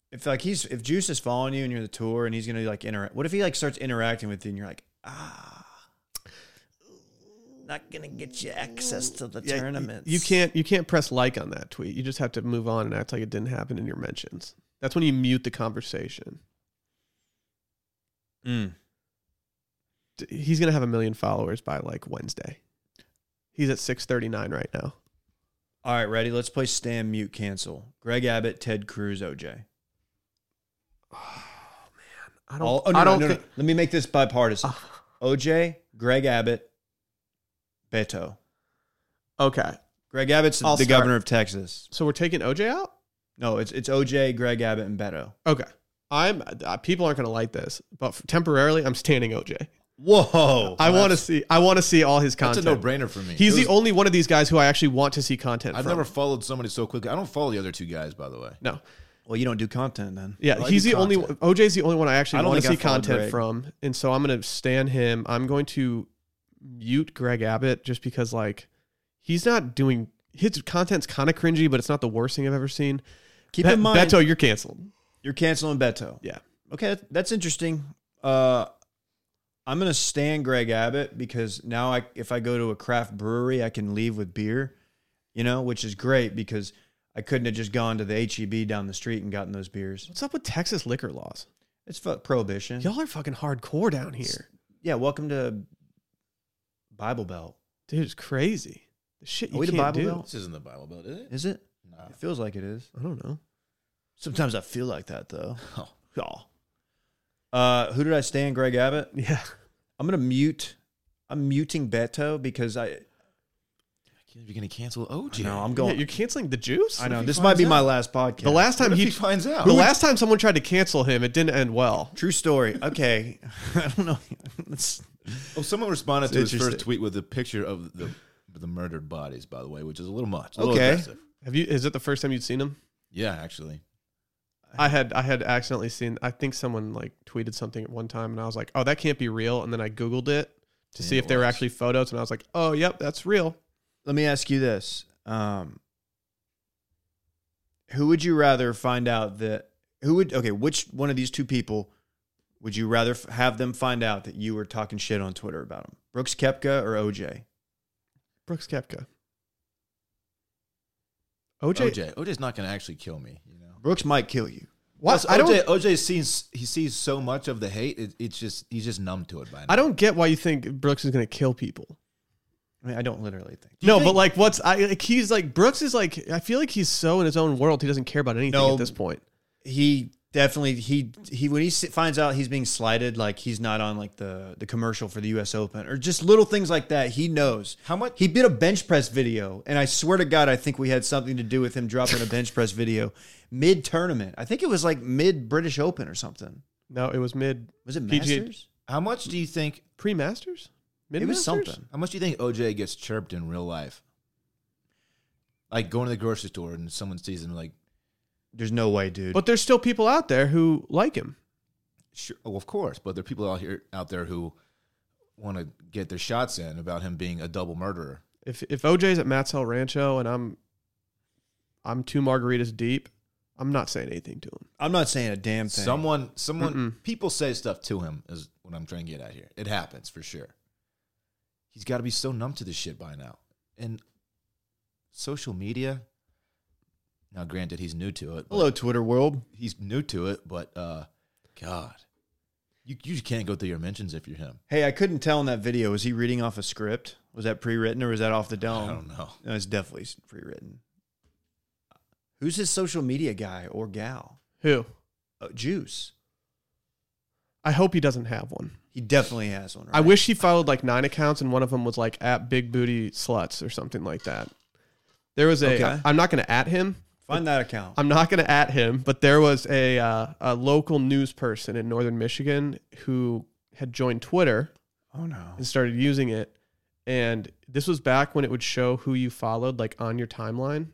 if like he's if Juice is following you and you're the tour and he's gonna like interact, what if he like starts interacting with you and you're like, ah, not gonna get you access to the tournaments. You can't. You can't press like on that tweet. You just have to move on and act like it didn't happen in your mentions. That's when you mute the conversation. Mm. D- He's gonna have a million followers by like Wednesday. He's at six thirty nine right now. All right, ready. Let's play Stan mute cancel. Greg Abbott, Ted Cruz, OJ. I don't. All- oh, no, I no, don't. no, no. think, Ah. Let me make this bipartisan. OJ, Greg Abbott, Beto. Okay. Greg Abbott's I'll the start. governor of Texas. So we're taking OJ out. No, it's it's OJ, Greg Abbott, and Beto. Okay. I'm uh, people aren't going to like this, but f temporarily I'm standing OJ. Whoa! I want to see I want to see all his that's a content. no brainer for me. He's It the only one of these guys who I actually want to see content I've from. never followed somebody so quickly. I don't follow the other two guys, by the way. no. Well, you don't do content then. Yeah, Well, I he's do the only content. one OJ's the only one I I actually don't want to see think I followed content Greg. from. And so I'm going to stand him. I'm going to mute Greg Abbott just because like he's not doing his content's kind of cringy, but it's not the worst thing I've ever seen. Keep Be- in mind, Beto, you're canceled. you're canceling Beto. Yeah. Okay, that- that's interesting. Uh, I'm gonna stand Greg Abbott because now I, if I go to a craft brewery, I can leave with beer, you know, which is great because I couldn't have just gone to the HEB down the street and gotten those beers. What's up with Texas liquor laws? It's fu- prohibition. Y'all are fucking hardcore down here. Yeah, welcome to Bible Belt. Dude, it's crazy. The shit Are you we the can't Bible do. Belt? This isn't the Bible eh. Belt, is it? Is it? No. It feels like it is. I don't know. Sometimes I feel like that though. Oh. Uh, who did I stand? Greg Abbott. Yeah. I'm gonna mute. I'm muting Beto because I. You're going to cancel OJ. No, I'm Yeah, going. you're canceling the juice? I know he this might be finds my out? last podcast. The last time What if he, he, finds out? the last time someone tried to cancel him, it didn't end well. true story. Okay, I don't know. Let's- Oh, someone responded to It's his first interesting. tweet with a picture of the the murdered bodies, by the way, which is a little much. A little Okay. aggressive. Have you is it the first time you'd seen him? Yeah, actually. I had I had accidentally seen I think someone like tweeted something at one time and I was like, "Oh, that can't be real." And then I googled it to see Yeah, if they were it was. actually photos and I was like, "Oh, yep, that's real." let me ask you this: um, Who would you rather find out that? Who would? Okay, which one of these two people would you rather f- have them find out that you were talking shit on Twitter about them? Brooks Kepka or OJ? Brooks Kepka. OJ, OJ. OJ's not going to actually kill me, you know. Brooks might kill you. what? Plus, I don't OJ, OJ sees he sees so much of the hate. It, it's just he's just numb to it by now. I don't get why you think Brooks is going to kill people. I mean, I don't literally think. No, but like, what's I like? He's like Brooks is like. I feel like he's so in his own world. He doesn't care about anything No. at this point. he definitely he he when he s- finds out he's being slighted like he's not on like the the commercial for the US Open or just little things like that he knows How much- he did a bench press video and I swear to god I think we had something to do with him dropping a bench press video mid tournament I think it was like mid British Open or something No, it was mid. was it PGA Masters How much do you think? Pre Masters? Mid It was Masters? something. How much do you think OJ gets chirped in real life? Like going to the grocery store and someone sees him like, There's no way, dude. But there's still people out there who like him. sure, oh, of course. But there are people out here out there who want to get their shots in about him being a double murderer. If if OJ's at Matt's El Rancho and I'm I'm two margaritas deep, I'm not saying anything to him. I'm not saying a damn thing. Someone, someone, people say stuff to him is what I'm trying to get at here. It happens for sure. He's got to be so numb to this shit by now. And social media. Now, granted, he's new to it. but- Hello, Twitter world. he's new to it, but uh, God, you you just can't go through your mentions if you're him. Hey, I couldn't tell in that video. Was he reading off a script? Was that pre-written or was that off the dome? I don't know. No, it's definitely pre-written. Who's his social media guy or gal? Who? Uh, Juice. I hope he doesn't have one. He definitely has one. Right? I wish he followed like nine accounts and one of them was like at Big Booty Sluts or something like that. There was a. Okay. am not going to at him. find that account. I'm not going to at him, but there was a uh, a local news person in northern Michigan who had joined Twitter oh no. and started using it. And this was back when it would show who you followed, like on your timeline.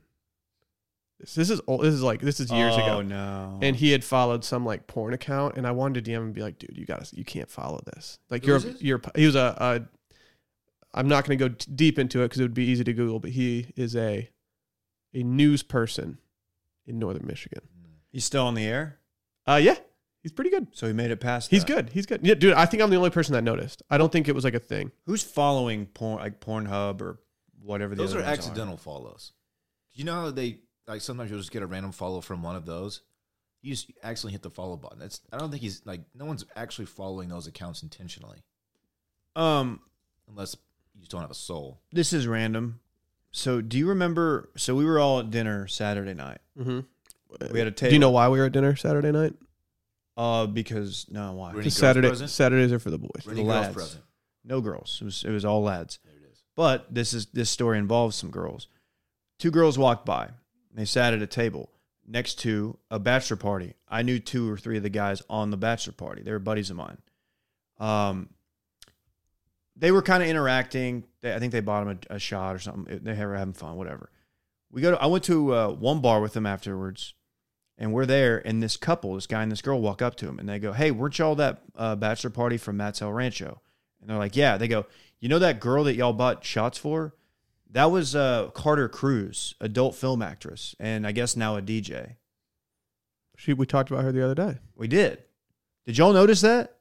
This, this is old. This is like this is years oh, ago. no. And he had followed some like porn account, and I wanted to DM him and be like, "Dude, you got to, you can't follow this. Like, Who you're was this? you're he was a, a I'm not going to go t- deep into it because it would be easy to Google, but he is a a news person in northern Michigan. he's still on the air, Uh, yeah, he's pretty good. so he made it past. He's that. good. He's good. Yeah, dude, I think I'm the only person that noticed. I don't think it was like a thing. Who's following porn like Pornhub or whatever? Those the are other ones accidental follows. You know how they like sometimes you'll just get a random follow from one of those. You just accidentally hit the follow button. That's I don't think he's like no one's actually following those accounts intentionally Um, unless you just don't have a soul. this is random. So, do you remember? So we were all at dinner Saturday night. Mm-hmm. We had a table. Do you know why we were at dinner Saturday night? Uh, because no, why? Were any girls Because Saturday present? Saturdays are for the boys. Were any the girls lads. present? No girls. It was it was all lads. There it is. But this is this story involves some girls. Two girls walked by. They sat at a table next to a bachelor party. I knew two or three of the guys on the bachelor party. They were buddies of mine. Um, they were kind of interacting. They, I think they bought them a, a shot or something. They were having fun, whatever. We go. To, I went to uh, one bar with them afterwards, and we're there. And this couple, this guy and this girl, walk up to him and they go, "Hey, weren't y'all that uh, bachelor party from Matt's El Rancho?" And they're like, "Yeah." They go, "You know that girl that y'all bought shots for? That was uh, Carter Cruz, adult film actress, and I guess now a DJ." She, we talked about her the other day. We did. Did y'all notice that?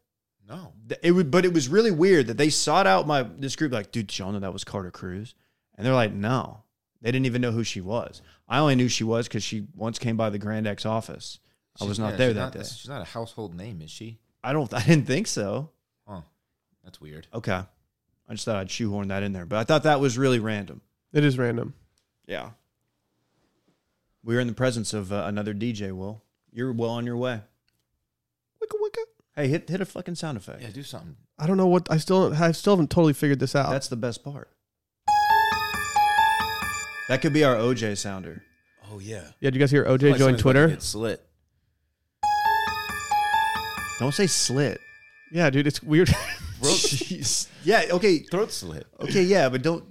No, Th- It would, but it was really weird that they sought out my this group. Like, dude, did y'all know that was Carter Cruz? And they're like, no, they didn't even know who she was. I only knew she was because she once came by the Grand X office. I She's- was not yeah, there she's that not- day. She's not a household name, is she? I don't. I didn't think so. Huh. That's weird. Okay. I just thought I'd shoehorn that in there, but I thought that was really random. It is random. Yeah. We were in the presence of uh, another DJ. Will you're well on your way. Wicka wicka. Hey, hit hit a fucking sound effect. Yeah, do something. I don't know what I still I still haven't totally figured this out. That's the best part. That could be our OJ sounder. Oh yeah. yeah. Did you guys hear OJ join Twitter? It's slit. Don't say slit. Yeah, dude, it's weird. Jeez. Yeah, okay. Throat slit. Okay, yeah, but don't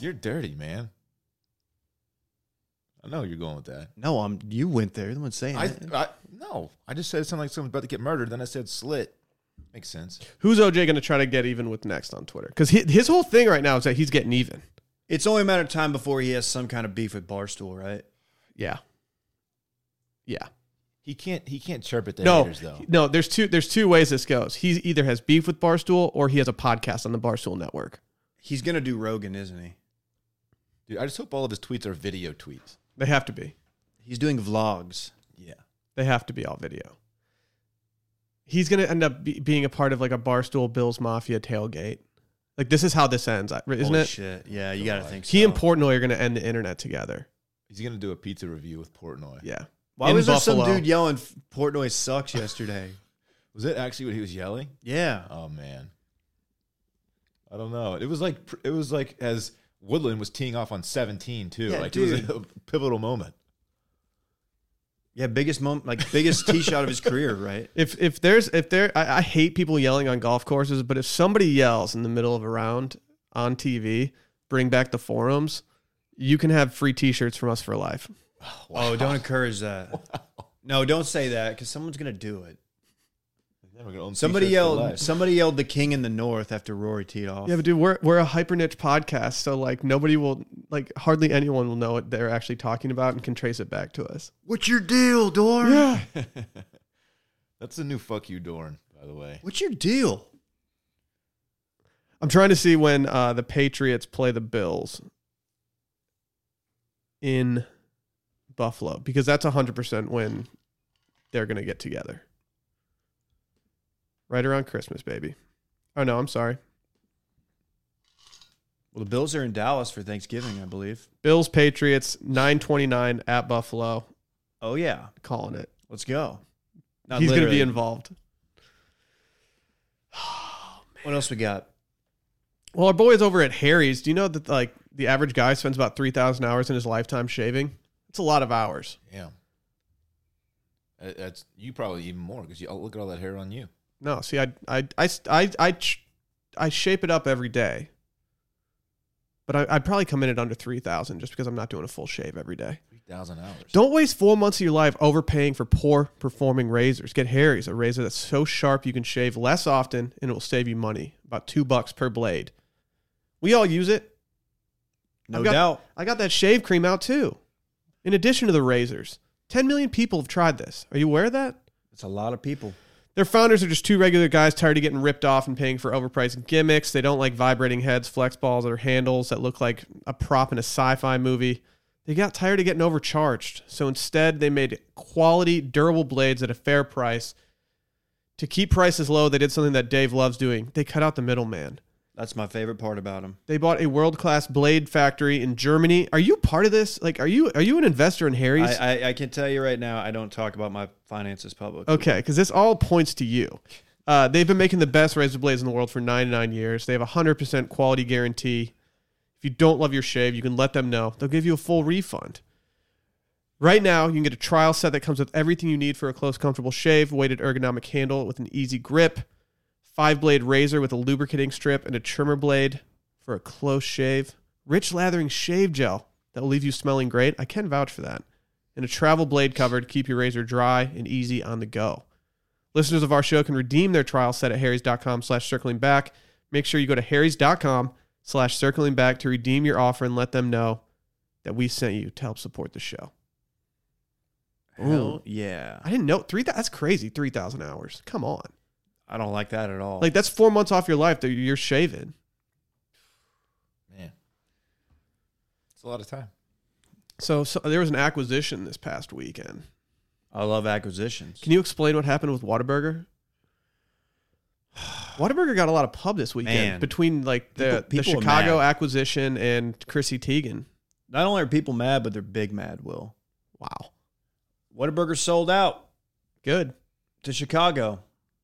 You're dirty, man. I know you're going with that. No, I'm you went there. The one saying I, it. I no. I just said it sounded like someone's about to get murdered. Then I said slit. Makes sense. Who's OJ going to try to get even with next on Twitter? Because his whole thing right now is that he's getting even. It's only a matter of time before he has some kind of beef with Barstool, right? Yeah. Yeah. He can't. He can't chirp at the no, haters though. no. There's two. There's two ways this goes. He either has beef with Barstool or he has a podcast on the Barstool Network. He's gonna do Rogan, isn't he? Dude, I just hope all of his tweets are video tweets. They have to be. He's doing vlogs. Yeah. They have to be all video. He's going to end up be, being a part of like a Barstool Bills Mafia tailgate. Like this is how this ends, I- isn't Holy it? Shit. Yeah, you gotta think so. He and Portnoy are going to end the internet together. He's gonna do a pizza review with Portnoy. Yeah. Why In was there some Buffalo. dude yelling Portnoy sucks yesterday? Was that actually what he was yelling? yeah. Oh man. I don't know. It was like it was like as Woodland was teeing off on 17 too. Yeah, like it was a pivotal moment. Yeah, biggest moment, like biggest tee shot of his career, right? If if there's if there, I, I hate people yelling on golf courses, but if somebody yells in the middle of a round on TV, bring back the forums. You can have free T-shirts from us for life. Oh, don't encourage that. No, don't say that because someone's gonna do it. Somebody yelled. Somebody yelled the king in the north after Rory teed off. Yeah, but dude, we're we're a hyper niche podcast, so like nobody will like hardly anyone will know what they're actually talking about and can trace it back to us. What's your deal, Dorn? That's the new fuck you, Dorn. By the way, What's your deal? I'm trying to see when uh, the Patriots play the Bills in Buffalo because that's 100% when they're going to get together. Right around Christmas, baby. Oh, no, I'm sorry. Well, the Bills are in Dallas for Thanksgiving, I believe. Bills, Patriots, 929 at Buffalo. Oh yeah, Calling it. let's go. Not He's going to literally. be involved. What else we got? Well, our boys over at Harry's, do you know that like the average guy spends about 3,000 hours in his lifetime shaving? It's a lot of hours. yeah. That- Uh, That's you probably even more because you oh, look at all that hair on you. No, see, I, I, I, I, I, ch- I shape it up every day. But I, I'd probably come in at under 3,000 just because I'm not doing a full shave every day. Three thousand hours. Don't waste four months of your life overpaying for poor performing razors. Get Harry's, a razor that's so sharp you can shave less often and it will save you money. About two bucks per blade. We all use it. No I've got- doubt. I got that shave cream out too. In addition to the razors, 10 million people have tried this. Are you aware of that? It's a lot of people. Their founders are just two regular guys tired of getting ripped off and paying for overpriced gimmicks. They don't like vibrating heads, flex balls, or handles that look like a prop in a sci fi movie. They got tired of getting overcharged. So instead, they made quality, durable blades at a fair price. To keep prices low, they did something that Dave loves doing they cut out the middleman. That's my favorite part about him. They bought a world class blade factory in Germany. Are you part of this? Like, are you are you an investor in Harry's? I, I, I can tell you right now, I don't talk about my finances publicly. Okay, because this all points to you. Uh, they've been making the best razor blades in the world for 99 years. They have a 100% quality guarantee. If you don't love your shave, you can let them know. They'll give you a full refund. Right now, you can get a trial set that comes with everything you need for a close, comfortable shave, weighted ergonomic handle with an easy grip, five blade razor with a lubricating strip, and a trimmer blade for a close shave, rich lathering shave gel that will leave you smelling great. I can vouch for that and a travel blade cover to keep your razor dry and easy on the go. Listeners of our show can redeem their trial set at harrys.com slash circling back. Make sure you go to harrys.com slash circling back to redeem your offer and let them know that we sent you to help support the show. Hell yeah. I didn't know three. thou- That's crazy. Three thousand hours. Come on, I don't like that at all. like that's four months off your life that you're shaving. Man, it's a lot of time. So, so there was an acquisition this past weekend. I love acquisitions. Can you explain what happened with Whataburger? Whataburger got a lot of pub this weekend Man. between like the, People- people the are Chicago mad. acquisition and Chrissy Teigen. Not only are people mad, but they're big mad, Will. Wow. Whataburger sold out Good. to Chicago.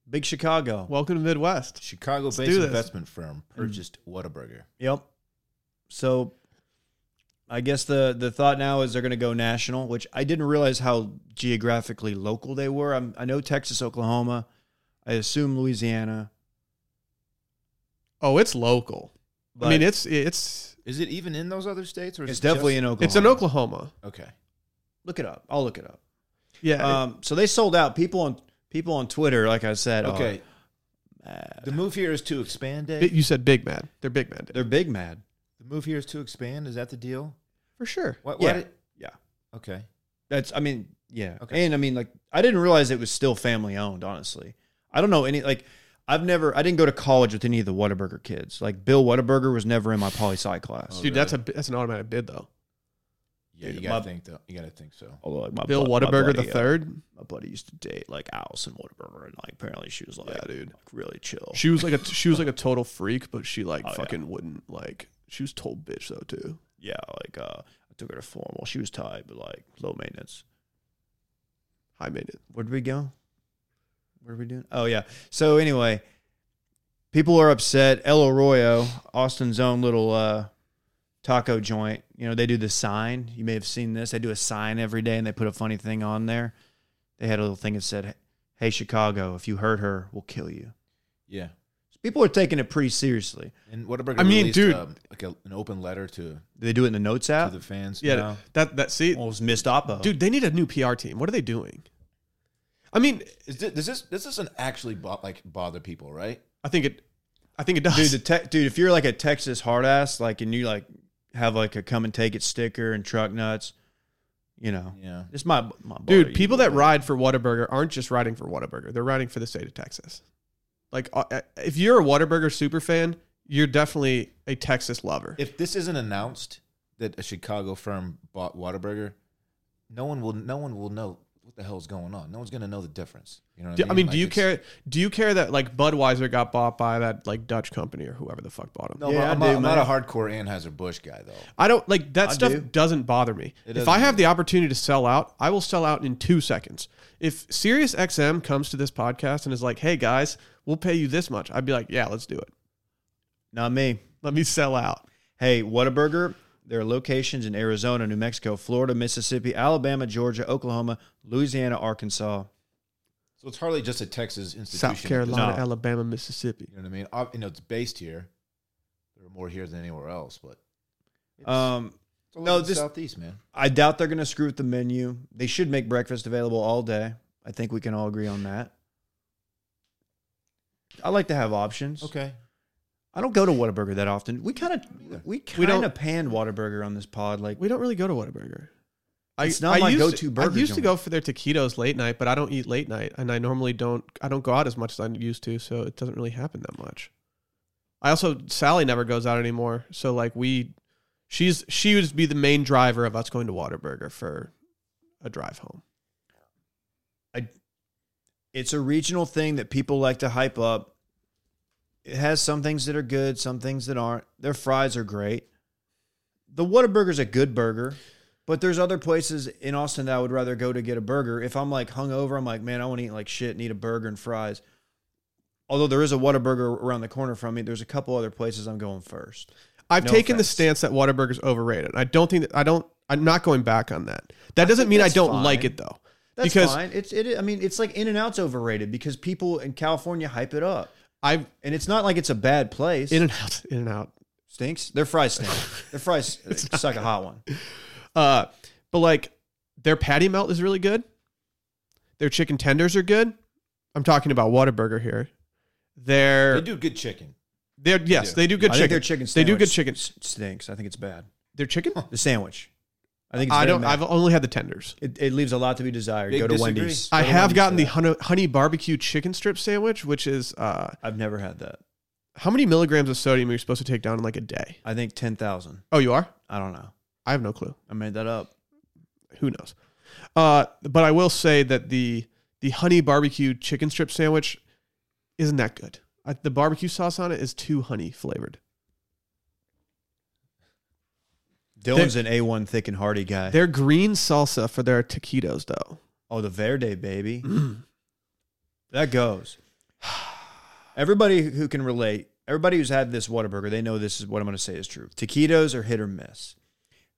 Big Chicago. Welcome to the Midwest. Chicago-based do this. investment firm purchased Whataburger. Yep. So I guess the the thought now is they're going to go national, which I didn't realize how geographically local they were. I'm, I know Texas, Oklahoma, I assume Louisiana. Oh, it's local. But I mean, it's it's Is it even in those other states, or is it's it definitely just- in Oklahoma. it's in Oklahoma. Okay, Look it up. I'll look it up. Yeah. Um, so they sold out. People on people on Twitter, like I said, are okay. mad. Uh, The move here is to expand. Bi- Dave? you said Big Mad. They're Big Mad They're big mad. The move here is to expand. Is that the deal? for sure. What? yeah, Did, yeah. okay. That's I mean, yeah. Okay. And I mean, like I didn't realize it was still family owned. Honestly, I don't know any like. I've never. I didn't go to college with any of the Whataburger kids. Like Bill Whataburger was never in my poli sci class. Dude, that's a that's an automatic bid though. Yeah, Dude, you gotta my- think though. You gotta think so. Although, like, my Bill bu- my Whataburger the buddy, uh, third. my buddy used to date like Allison Whataburger, and like apparently she was like, Yeah, dude. like, really chill. She was like a she was like a total freak, but she like Oh, yeah. fucking wouldn't like. She was told bitch though too. yeah, like uh, I took her to formal. She was tired, but like low maintenance. High maintenance. where did we go? What are we doing? Oh yeah. So anyway, people are upset. El Arroyo, Austin's own little uh, taco joint, you know, they do the sign. You may have seen this. They do a sign every day and they put a funny thing on there. They had a little thing that said, Hey, Chicago, if you hurt her, we'll kill you. Yeah. So people are taking it pretty seriously. And Whataburger I mean, released, dude- um, like a, an open letter to, Do they do it in the notes to app? the fans. Yeah, now. that that see, Well, it was missed oppo. dude, they need a new PR team. What are they doing? I mean, Is this, does this this doesn't actually bo- like bother people, right? I think it, I think it does. dude, the tech dude, if you're like a Texas hard ass, like, and you like have like a come and take it sticker and truck nuts, you know, Yeah. this might, might bother Dude, you, people that but- ride for Whataburger aren't just riding for Whataburger. They're riding for the state of Texas. Like, uh, if you're a Whataburger super fan, you're definitely a Texas lover. If this isn't announced that a Chicago firm bought Whataburger, no one will no one will know what the hell's going on. No one's gonna know the difference. You know what Do- I mean? I mean, Like, do you it's- care? Do you care that like Budweiser got bought by that like Dutch company or whoever the fuck bought them? No, Yeah, but I'm, I not, do, I'm not a man. hardcore Anheuser Busch guy though. I don't like that I stuff. do. Doesn't bother me. It if doesn't I have the opportunity to sell out, I will sell out in two seconds. If Sirius XM comes to this podcast and is like, "Hey guys, we'll pay you this much," I'd be like, "Yeah, let's do it. Not me. Let me sell out." Hey, Whataburger, there are locations in Arizona, New Mexico, Florida, Mississippi, Alabama, Georgia, Oklahoma, Louisiana, Arkansas. So it's hardly just a Texas institution. South Carolina, No. Alabama, Mississippi. You know what I mean? Ob- You know, it's based here. There are more here than anywhere else, but it's, Um, it's all no, over the this- southeast, man. I doubt they're going to screw with the menu. They should make breakfast available all day. I think we can all agree on that. I like to have options. Okay. I don't go to Whataburger that often. We kind of we We don't- kind of panned Whataburger on this pod. Like We don't really go to Whataburger. It's not my used- go-to burger I used to joint. go for their taquitos late night, but I don't eat late night, and I normally don't. I don't go out as much as I used to, so it doesn't really happen that much. I also Sally never goes out anymore, so like we, she's she would be the main driver of us going to Whataburger for a drive home. it's a regional thing that people like to hype up. It has some things that are good, some things that aren't. Their fries are great. The Whataburger's a good burger, but there's other places in Austin that I would rather go to get a burger. If I'm like hungover, I'm like, man, I want to eat like shit and eat a burger and fries. Although there is a Whataburger around the corner from me, there's a couple other places I'm going first. I've No taken offense. the stance that Whataburger's overrated. I don't think that I don't. I'm not going back on that. That doesn't think mean I that's don't like fine. it though, That's because fine. It's it. I mean, it's like In and Out's overrated because people in California hype it up, I've and it's not like it's a bad place. in and out, in and out. stinks. Their fries stink. Their fries suck a hot one. Uh, but like their patty melt is really good. Their chicken tenders are good. I'm talking about Whataburger here. They're, They they do good chicken. are yes, do. they do good I chicken. think their chicken. They do good sandwich chicken. s- Stinks. I think it's bad. Their chicken? The sandwich. I think it's I very don't. bad. I've only had the tenders. it, it leaves a lot to be desired. Big Go to disagree. Wendy's. I Go to have Wendy's gotten for the that. honey, honey barbecue chicken strip sandwich, which is uh, I've never had that. how many milligrams of sodium are you supposed to take down in like a day? I think ten thousand. Oh, you are. I don't know. I have no clue. I made that up. Who knows? Uh, but I will say that the the honey barbecue chicken strip sandwich isn't that good. I, the barbecue sauce on it is too honey flavored. Dylan's an A one thick and hearty guy. Their green salsa for their taquitos, though. Oh, the Verde baby. That goes. Everybody who can relate, everybody who's had this Whataburger, they know this is what I'm going to say is true. Taquitos are hit or miss.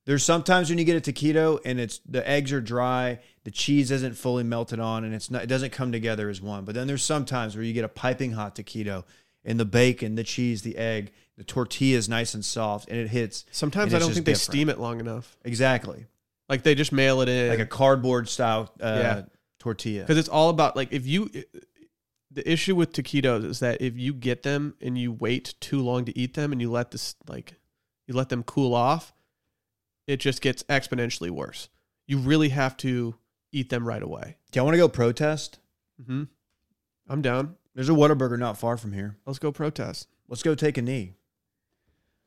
There's sometimes when you get a taquito and it's the eggs are dry, the cheese isn't fully melted on, and it's not it doesn't come together as one. But then there's sometimes where you get a piping hot taquito and the bacon, the cheese, the egg, the tortilla is nice and soft, and it hits. Sometimes and I it's don't just think they different. steam it long enough. exactly Like they just mail it in. like a cardboard style uh, Yeah. tortilla. because it's all about like if you the issue with taquitos is that if you get them and you wait too long to eat them and you let this like you let them cool off it just gets exponentially worse you really have to eat them right away Do y'all want to go protest? hmm i'm down There's a Whataburger not far from here. let's go protest Let's go take a knee.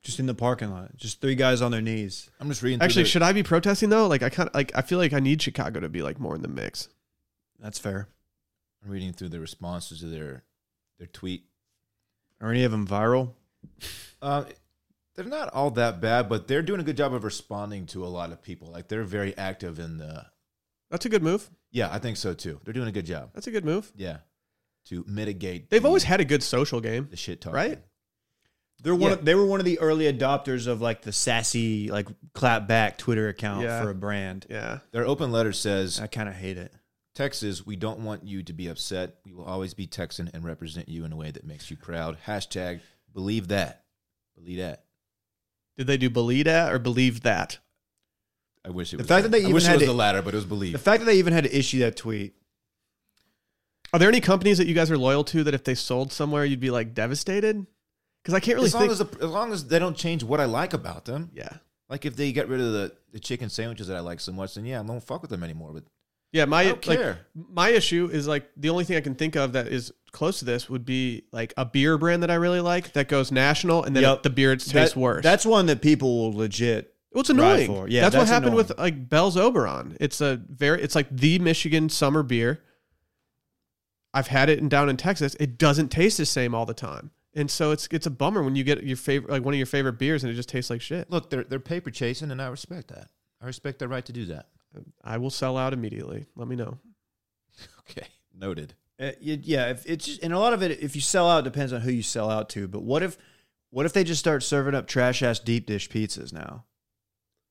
Just in the parking lot. Just three guys on their knees. I'm just reading. through actually the- should i be protesting though like i kind of like i feel like i need chicago to be like more in the mix That's fair. I'm reading through the responses to their their tweet. Are any of them viral? Uh, they're not all that bad, but they're doing a good job of responding to a lot of people. Like they're very active in the. that's a good move Yeah, I think so too. They're doing a good job. that's a good move Yeah, to mitigate. they've the- always had a good social game the shit talk, right? They're one. Yeah. Of, they were one of the early adopters of like the sassy, like clap back Twitter account Yeah. for a brand. Yeah. Their open letter says, I kind of hate it. Texas, we don't want you to be upset. We will always be Texan and represent you in a way that makes you proud. Hashtag believe that. Believe that. Did they do believe that or believe that? I wish it The was fact that they I even wish had it was to- the latter, but it was believe. The fact that they even had to issue that tweet. Are there any companies that you guys are loyal to that if they sold somewhere you'd be like devastated? Because I can't really as long think. as the, as long as they don't change what I like about them, yeah. like if they get rid of the, the chicken sandwiches that I like so much, then yeah, I don't fuck with them anymore. But Yeah, my I don't like, care. my issue is like the only thing I can think of that is close to this would be like a beer brand that I really like that goes national and then Yep. the beer tastes That- worse. That's one that people will legit. Well, it's Ride annoying. for. Yeah, that's, what that's happened annoying. with like Bell's Oberon. It's a very, it's like the Michigan summer beer. I've had it in, down in Texas. It doesn't taste the same all the time, and so it's it's a bummer when you get your favorite, like one of your favorite beers, and it just tastes like shit. look, they're they're paper chasing, and I respect that. I respect their right to do that. I will sell out immediately. Let me know. Okay, noted. Uh, y- yeah, if it's just, and a lot of it. If you sell out, depends on who you sell out to. But what if, what if they just start serving up trash ass deep dish pizzas now?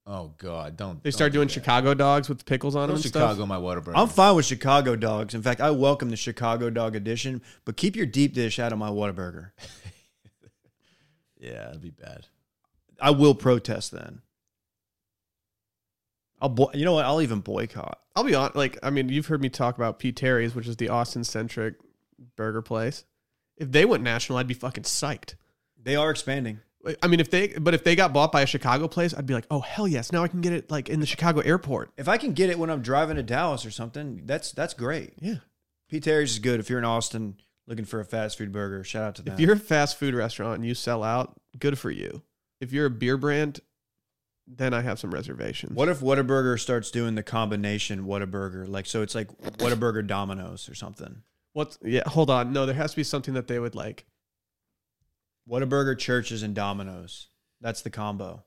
Oh God, don't They don't start do doing that. Chicago dogs with pickles on Don't them and Chicago, stuff. my water burger. I'm fine with Chicago dogs. In fact, I welcome the Chicago dog edition. But keep your deep dish out of my Whataburger. yeah, that'd be bad. I will protest then. I'll boy- you know what? I'll even boycott. I'll be honest. Like, I mean, you've heard me talk about Pete Terry's, which is the Austin centric burger place. If they went national, I'd be fucking psyched. They are expanding. Like, I mean, if they, but if they got bought by a Chicago place, I'd be like, oh hell yes, now I can get it like in the Chicago airport. If I can get it when I'm driving to Dallas or something, that's that's great. Yeah. Pete Terry's is good. If you're in Austin looking for a fast food burger, shout out to them. If you're a fast food restaurant and you sell out, good for you. If you're a beer brand, then I have some reservations. what if Whataburger starts doing the combination Whataburger? Like so, it's like Whataburger Domino's or something. What's yeah? Hold on. No, there has to be something that they would like. Whataburger churches and Domino's. That's the combo.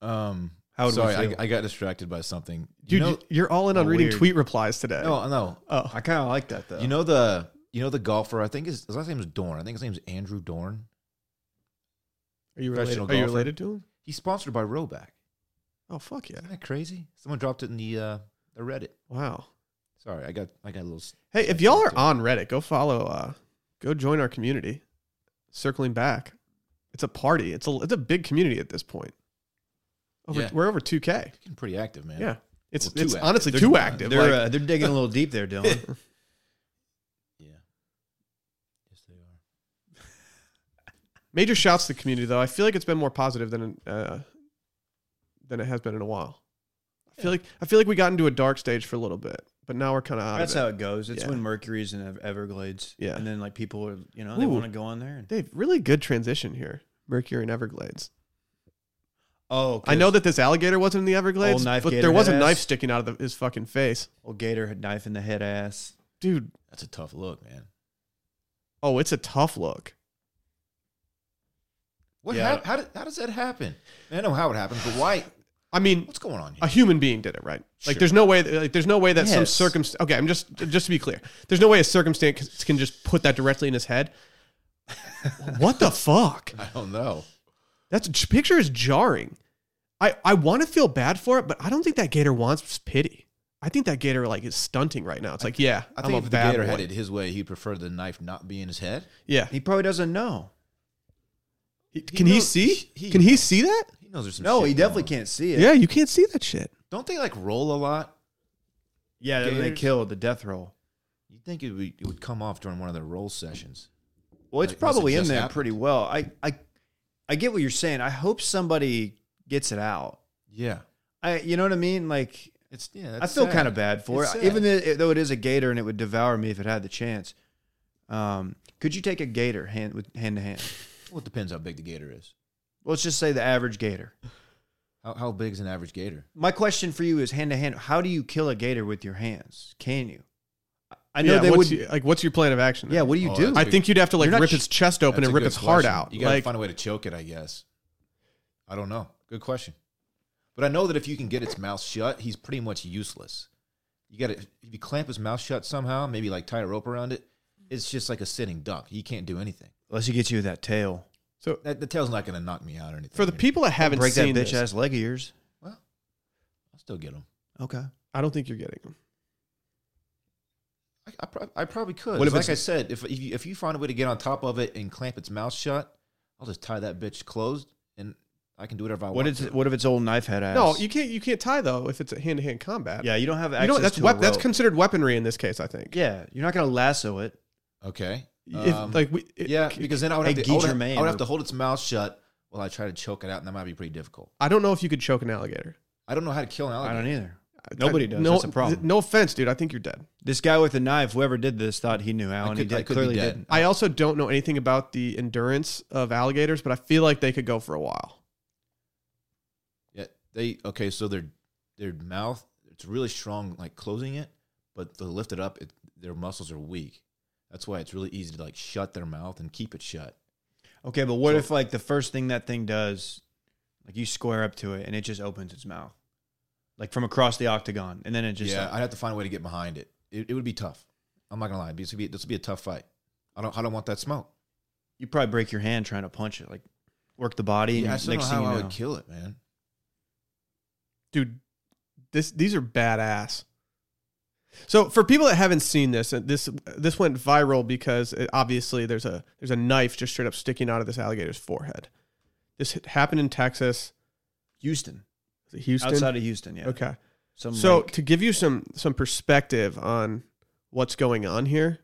Um, How would we sorry, feel? I, I got distracted by something. You Dude, know, you, are all in on Oh, reading weird. tweet replies today. no, no. oh, I kind of like that though. You know the you know the golfer. I think his, his last name is Dorn. I think his name is Andrew Dorn. are you related? professional Are you golfer. related to him? He's sponsored by Roback. Oh fuck yeah! Isn't that crazy? Someone dropped it in the uh, the Reddit. Wow. Sorry, I got I got a little. s- Hey, if y'all are on Reddit, go follow. uh Go join our community. Circling back, it's a party. It's a it's a big community at this point. Over, Yeah. We're over two k. Getting pretty active, man. Yeah. It's, Well, too it's active. honestly They're- too active. they're like- uh, they're digging a little deep there, Dylan. yeah. Yes, they are. Major shouts to the community, though. I feel like it's been more positive than uh, than it has been in a while. I feel like I feel like we got into a dark stage for a little bit, but now we're kind of out That's of it. how it goes. It's Yeah. when Mercury's in the Everglades. Yeah. And then like people are, you know, they Ooh. want to go on there. And, Dave, really good transition here. Mercury and Everglades. oh, 'cause I know that this alligator wasn't in the Everglades, Old knife but gator there was a head knife ass. sticking out of the, his fucking face, old gator had knife in the head ass. dude. That's a tough look, man. Oh, it's a tough look. What? Yeah. hap- How, did, how does that happen? I know how it happened, but why? I mean, What's going on here? a human being did it, right? Like, Sure. there's no way, like, there's no way that some Yes. circumstance. Okay, I'm just just to be clear, there's no way a circumstance can just put that directly in his head. what the fuck? I don't know. That's j- picture is jarring. I I want to feel bad for it, but I don't think that gator wants pity. I think that gator like is stunting right now. It's like, yeah, I I'm think a if the bad gator boy. had it his way, he preferred the knife not be in his head. Yeah, He probably doesn't know. can he knows- see? he- can he see that? He knows there's some. No, shit he going definitely on. can't see it. Yeah. you can't see that shit. Don't they like roll a lot? Yeah. then They Gators. killed the death roll. You'd think it would, it would come off during one of their roll sessions. Well, it's Like, must have probably in just there happened. pretty well. I, I, I get what you're saying. I hope somebody gets it out. Yeah, I, you know what I mean? Like, it's yeah. I feel kind of bad for It's it, sad. even though, though it is a gator and it would devour me if it had the chance. Um, could you take a gator hand with hand to hand? Well, it depends how big the gator is. Let's just say the average gator. How how big is an average gator? My question for you is hand to hand. How do you kill a gator with your hands? Can you? I know Yeah, they what's would. you- like, what's your plan of action? yeah, there? what do you Oh, do? that's I think you'd have to like You're not rip sh- its chest open That's and a rip good its heart question. out. You gotta like, find a way to choke it, I guess. I don't know. Good question. But I know that if you can get its mouth shut, he's pretty much useless. You got to if you clamp his mouth shut somehow, maybe like tie a rope around it. it's just like a sitting duck. He can't do anything. Unless he gets you with that tail. So That, the tail's not going to knock me out or anything. for the man. people that haven't Break that seen bitch this, ass leg of yours. well, I'll still get him. Okay. I don't think you're getting them. I, I, prob- I probably could. What if like it's- I said, if if you, if you find a way to get on top of it and clamp its mouth shut, I'll just tie that bitch closed and I can do whatever I What want. is to. what if it's old knife head ass? No, you can't. You can't tie though if it's a hand to hand combat. Yeah, you don't have you access know that's to wep- a that's rope. considered weaponry in this case. I think. yeah, you're not gonna lasso it. Okay. If, Um, like we, it- yeah, because then I would, Hey, have to, I, would Guy have, Germain I would or- have to hold its mouth shut while I try to choke it out, and that might be pretty difficult. I don't know if you could choke an alligator. I don't know how to kill an I alligator. don't either. Nobody I- does. No, That's a problem. No offense, dude. I think you're dead. This guy with the knife, whoever did this, thought he knew how, I and could, he did, I could clearly be dead. didn't. I also don't know anything about the endurance of alligators, but I feel like they could go for a while. e-, Yeah, they okay. So their their mouth it's really strong, like closing it, but to lift it up, it, their muscles are weak. That's why it's really easy to like shut their mouth and keep it shut. Okay, but what if like the first thing that thing does, like you square up to it and it just opens its mouth, like from across the octagon, and then it just yeah, like- uh, I'd have to find a way to get behind it. It, it would be tough. I'm not gonna lie. This would be this would be a tough fight. I don't I don't want that smoke. you probably break your hand trying to punch it, like work the body. Yeah, I and still next don't know thing how you I know- would kill it, man. Dude, this these are badass. So for people that haven't seen this, uh, this this went viral because uh, obviously there's a there's a knife just straight up sticking out of this alligator's forehead. This happened in Texas, Houston, Is it Houston. outside of Houston. Yeah. Okay. Some So lake. to give you some some perspective on what's going on here,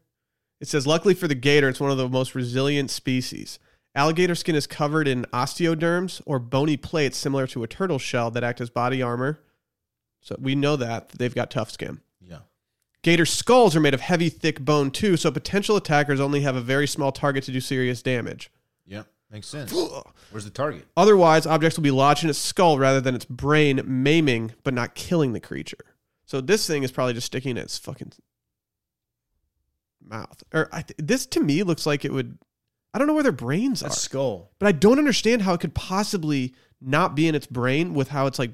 it says luckily for the gator, it's one of the most resilient species. Alligator skin is covered in osteoderms or bony plates similar to a turtle shell that act as body armor. So we know that they've got tough skin. Yeah. Gator skulls are made of heavy, thick bone too, so potential attackers only have a very small target to do serious damage. Yep. Makes sense. Where's the target? Otherwise, objects will be lodged in its skull rather than its brain, maiming but not killing the creature. So this thing is probably just sticking in its fucking mouth. Or I, th- this to me looks like it would. I don't know where their brains that's are, skull. but I don't understand how it could possibly not be in its brain with how it's like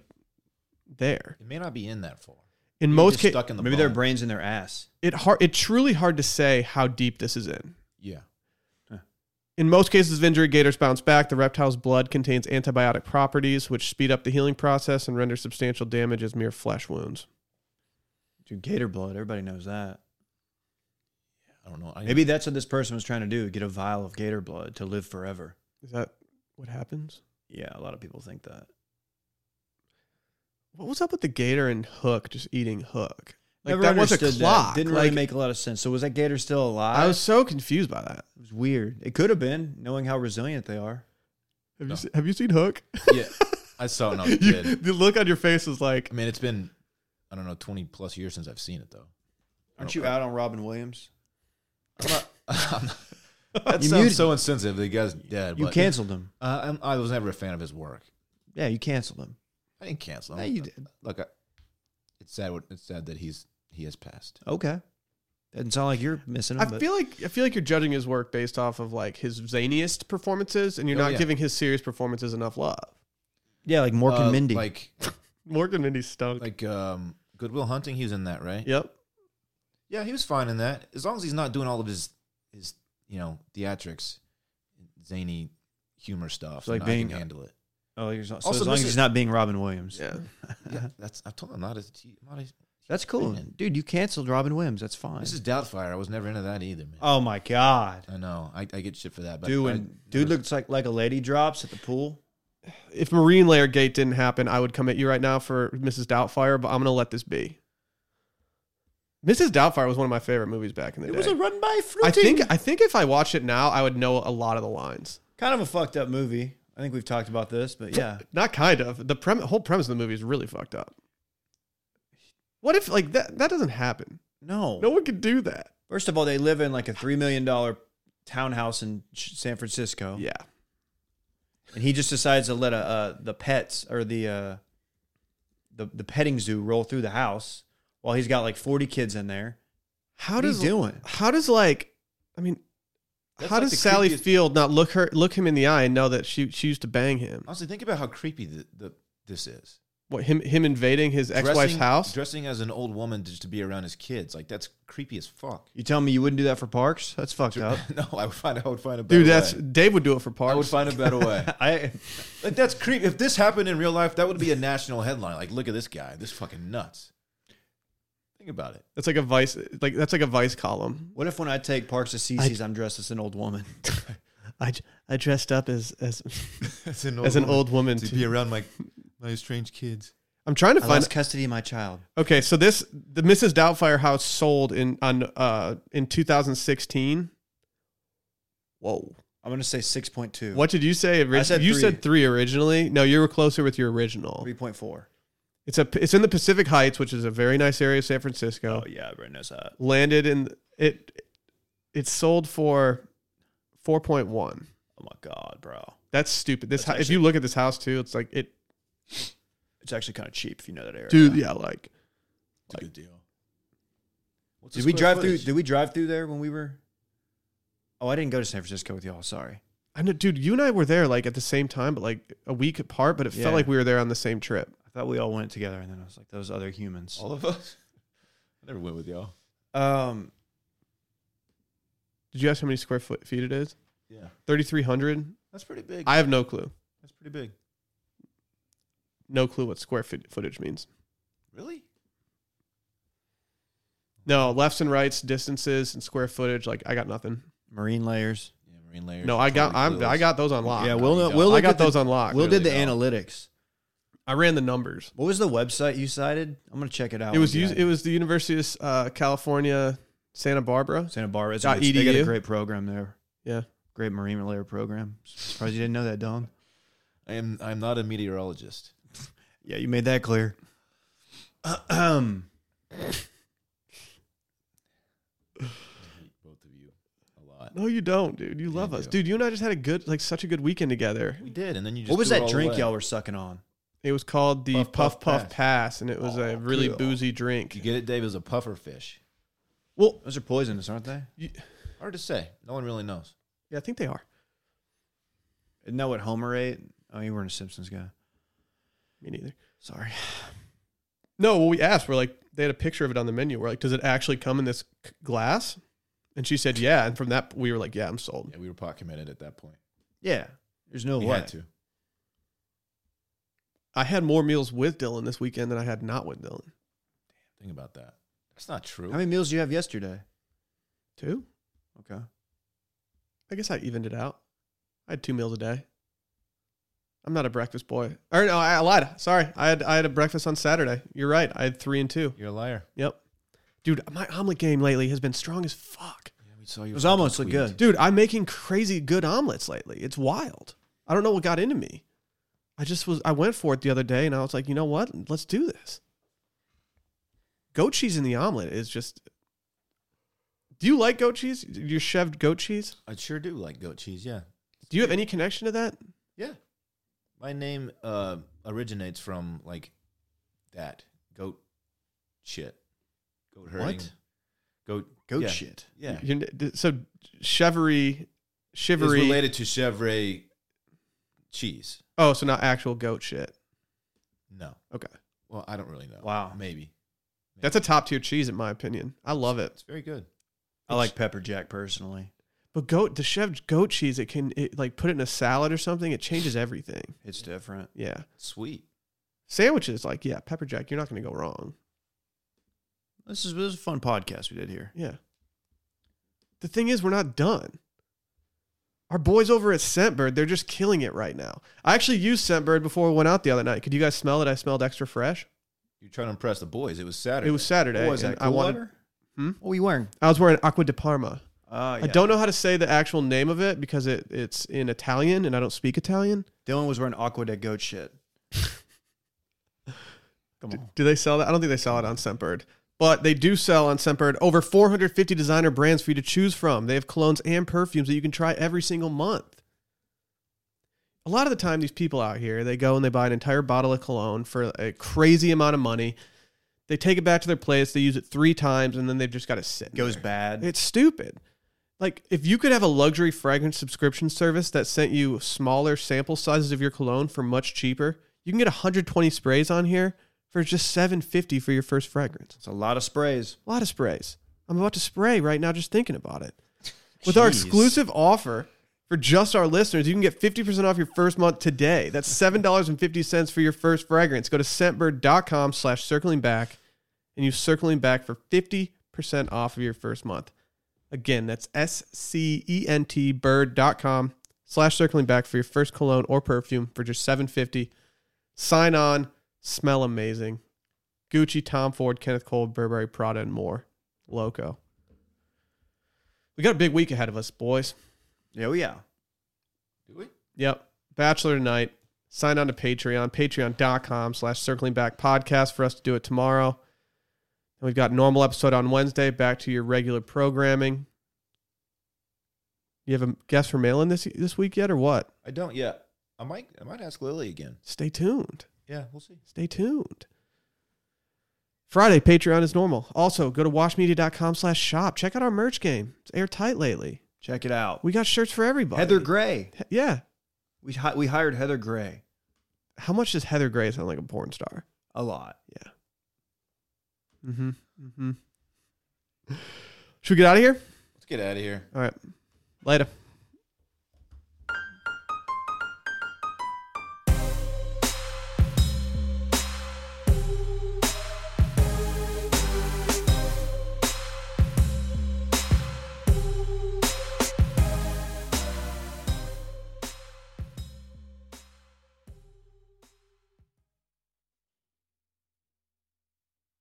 there. It may not be in that far. In Maybe most just cases, stuck in the Maybe their bone. brains in their ass. it hard. It's truly hard to say how deep this is in. Yeah. In most cases of injury, gators bounce back. The reptile's blood contains antibiotic properties, which speed up the healing process and render substantial damage as mere flesh wounds. Dude, gator blood. Everybody knows that. I don't know. I, Maybe that's what this person was trying to do: get a vial of gator blood to live forever. Is that what happens? Yeah, a lot of people think that. What was up with the gator and Hook just eating Hook? Like Never that was a understood that. clock. Didn't really Like, make a lot of sense. So was that gator still alive? I was so confused by that. It was weird. It could have been, knowing how resilient they are. Have No. you seen, have you seen Hook? yeah. I saw it when I was a You, kid. the look on your face was like, Mm, I mean, it's been I don't know twenty plus years since I've seen it though. Aren't you out on Robin Williams? That You sounds muted so insensitive. The guy's dead. You but- canceled him. Uh, I'm, I was never a fan of his work. Yeah, you canceled him. I didn't cancel him. No, you did. Look, I, it's sad. what- It's sad that he's he has passed. Okay. Doesn't sound like you're missing him. I but feel like I feel like you're judging his work based off of like his zaniest performances, and you're Oh, not yeah. giving his serious performances enough love. yeah, like Mork Uh, and Mindy. like Morgan Mindy stunk. like um, Goodwill Hunting. He was in that, right? yep. Yeah, he was fine in that. As long as he's not doing all of his his you know theatrics, zany humor stuff. So, like, then I can being- handle it. oh, you're so, so Also, as long this as he's is- not being Robin Williams. Yeah. Uh-huh. Yeah, that's I told him I'm not a. I'm not a That's cool, Man. dude. You canceled Robin Williams. That's fine. This is Doubtfire. I was never into that either, man. oh my god, I know. I, I get shit for that. But dude. I When dude never- looks like like a lady drops at the pool. if Marine Layer Gate didn't happen, I would come at you right now for Mrs. Doubtfire, but I'm gonna let this be. Mrs. Doubtfire was one of my favorite movies back in the day. run by I think I think if I watched it now, I would know a lot of the lines. kind of a fucked up movie. I think we've talked about this, but yeah, Not kind of the prem- whole premise of the movie is really fucked up. What if like that that doesn't happen? no. No one could do that. First of all, they live in like a three million dollar townhouse in Ch- San Francisco. Yeah, and he just decides to let a, uh, the pets or the, uh, the the petting zoo roll through the house while he's got like 40 kids in there. how What are you does doing? how does like I mean That's how like the does Sally creepiest- Field not look her look him in the eye and know that she she used to bang him? Honestly, think about how creepy the, the this is. What him him invading his ex wife's Dressing- house? Dressing as an old woman just to be around his kids. Like, that's creepy as fuck. You tell me you wouldn't do that for Parks? That's fucked up. No, I would find I would find a better Dude, that's way. Dave would do it for I would parts. find a better way. I Like that's creepy. If this happened in real life, that would be a national headline. Like, look at this guy. This fucking nuts. Think about it. That's like a vice like that's like a vice column. What if when I take Parks to Cece's, I'm dressed as an old woman? I, I dressed up as as As an as an old woman. to too. be around my my strange kids. I'm trying to I find lost custody of my child. Okay, so this the Mrs. Doubtfire house sold in on uh in 2016. Whoa. I'm gonna say six point two. What did you say? Orig- I said you three. said 3 originally. No, you were closer with your original. Three point four. It's a it's in the Pacific Heights, which is a very nice area of San Francisco. Oh, yeah, right knows that. Landed in it it sold for 4.1. Oh my god, bro. That's stupid. This That's hou- if you look at this house too, it's like it It's actually kind of cheap if you know that area. dude, yeah, like It's a good deal. What's the Did we square drive through? footage? Did we drive through there when we were? Oh, I didn't go to San Francisco with y'all. Sorry. I know dude, you and I were there like at the same time, but like a week apart, but it Yeah. felt like we were there on the same trip. I thought we all went together, and then I was like, those other humans. All of us. I never went with y'all. Oh. Um, Did you ask how many square foot feet it is? Yeah, 3,300? that's pretty big. I have no clue. that's pretty big. No clue what square foot footage means. Really? No, lefts and rights, distances, and square footage. Like, I got nothing. marine layers. Yeah, marine layers. No, I got I'm, I got those on lock. Yeah, Will. you don't. Will I looked got at the- those on lock. Will did the Really don't. analytics. I ran the numbers. What was the website you cited? I'm gonna check it out. It was when we us- get it was the University of uh, California, Santa Barbara. Santa Barbara. It's a Dot good- they got a EDU. great program there. Yeah. Great marine layer program. Surprised you didn't know that, Don. I am. I'm not a meteorologist. Yeah, you made that clear. Ahem. Both of you, a lot. No, you don't, dude. You Yeah, love I us, do. dude. You and I just had a good, like, such a good weekend together. We did, and then you just. what was threw it that all drink away. y'all were sucking on? It was called the Puff, Puff Puff, Puff, pass. Pass. and it was Oh, a really cool. boozy You drink. get it, Dave? It was a puffer fish. Well, Those are poisonous, aren't they? you, Hard to say. No one really knows. yeah, I think they are. Isn't that what Homer ate? Oh, you weren't a Simpsons guy. Me neither. Sorry. No, well, we asked. We're like, they had a picture of it on the menu. We're like, does it actually come in this c- glass? And she said, yeah. And from that, we were like, yeah, I'm sold. Yeah, we were pot committed at that point. Yeah. There's no We way. had to. I had more meals with Dylan this weekend than I had not with Dylan. Think about that. That's not true. How many meals did you have yesterday? Two? Okay. I guess I evened it out. I had two meals a day. I'm not a breakfast boy. Or no, I lied. Sorry, I had I had a breakfast on Saturday. You're right. I had three and two. You're a liar. Yep. Dude, my omelet game lately has been strong as fuck. Yeah, we saw your It was almost look good. Dude, I'm making crazy good omelets lately. It's wild. I don't know what got into me. I just was I went for it the other day and I was like, you know what? Let's do this. Goat cheese in the omelet is just Do you like goat cheese? Your shoved goat cheese? I sure do like goat cheese. Yeah, Do you have any connection to that? yeah. My name uh, originates from like that goat shit, goat herding, What? goat Goat yeah. shit. Yeah, You're, so chevery it's shivery. related to chevre cheese. Oh, so not actual goat shit. No, Okay. well, I don't really know. Wow. maybe That's a top tier cheese in my opinion. I love it. it's very good. I like pepper jack personally. But goat the chef goat cheese, it can it, like put it in a salad or something. It changes everything. It's different. Yeah, Sweet. sandwiches like yeah, pepper jack. You're not going to go wrong. This is this is a fun podcast we did here. Yeah. The thing is, we're not done. Our boys over at Scentbird, they're just killing it right now. I actually used Scentbird before we went out the other night. Could you guys smell it? I smelled extra fresh. You're trying to impress the boys. It was Saturday. It was Saturday. What was and that? I Cool wanted. water? Hmm? What were you wearing? I was wearing Aqua di Parma. Uh, I don't know how to say the actual name of it because it, it's in Italian and I don't speak Italian. Dylan was wearing aqua de goat shit. Come Do, on. do they sell that? I don't think they sell it on Scentbird, but they do sell on Scentbird over 450 designer brands for you to choose from. They have colognes and perfumes that you can try every single month. A lot of the time, these people out here they go and they buy an entire bottle of cologne for a crazy amount of money. They take it back to their place, they use it three times, and then they've just got to sit. in Goes there. bad. It's stupid. Like if you could have a luxury fragrance subscription service that sent you smaller sample sizes of your cologne for much cheaper, You can get 120 sprays on here for just 750 for your first fragrance. It's a lot of sprays. A lot of sprays. I'm about to spray right now just thinking about it. With our exclusive offer for just our listeners, you can get 50% off your first month today. That's $7.50 for your first fragrance. Go to scentbird.com slash circling back and use circling back for 50% off of your first month. Again, that's E S-C-E-N-T bird.com slash circling back for your first cologne or perfume for just 750 Sign on, smell amazing. Gucci, Tom Ford, Kenneth Cole, Burberry, Prada, and more. Loco. We got a big week ahead of us, boys. Yeah, we yeah. Yep. Bachelor tonight. Sign on to Patreon, patreon.com slash circling back podcast for us to do it tomorrow. And we've got normal episode on Wednesday, back to your regular programming. You have a guest for mail in this this week yet or what? I don't yet. I might I might ask Lily again. Stay tuned. Yeah, we'll see. Stay tuned. Friday, Patreon is normal. Also, go to washmedia.com slash shop. Check out our merch game. It's airtight lately. Check it out. We got shirts for everybody. Heather Gray. He- Yeah. We hi- we hired Heather Gray How much does Heather Gray sound like a porn star? a lot. Yeah. Mm-hmm. Mm-hmm. Should we get out of here? Let's get out of here. All right. Later.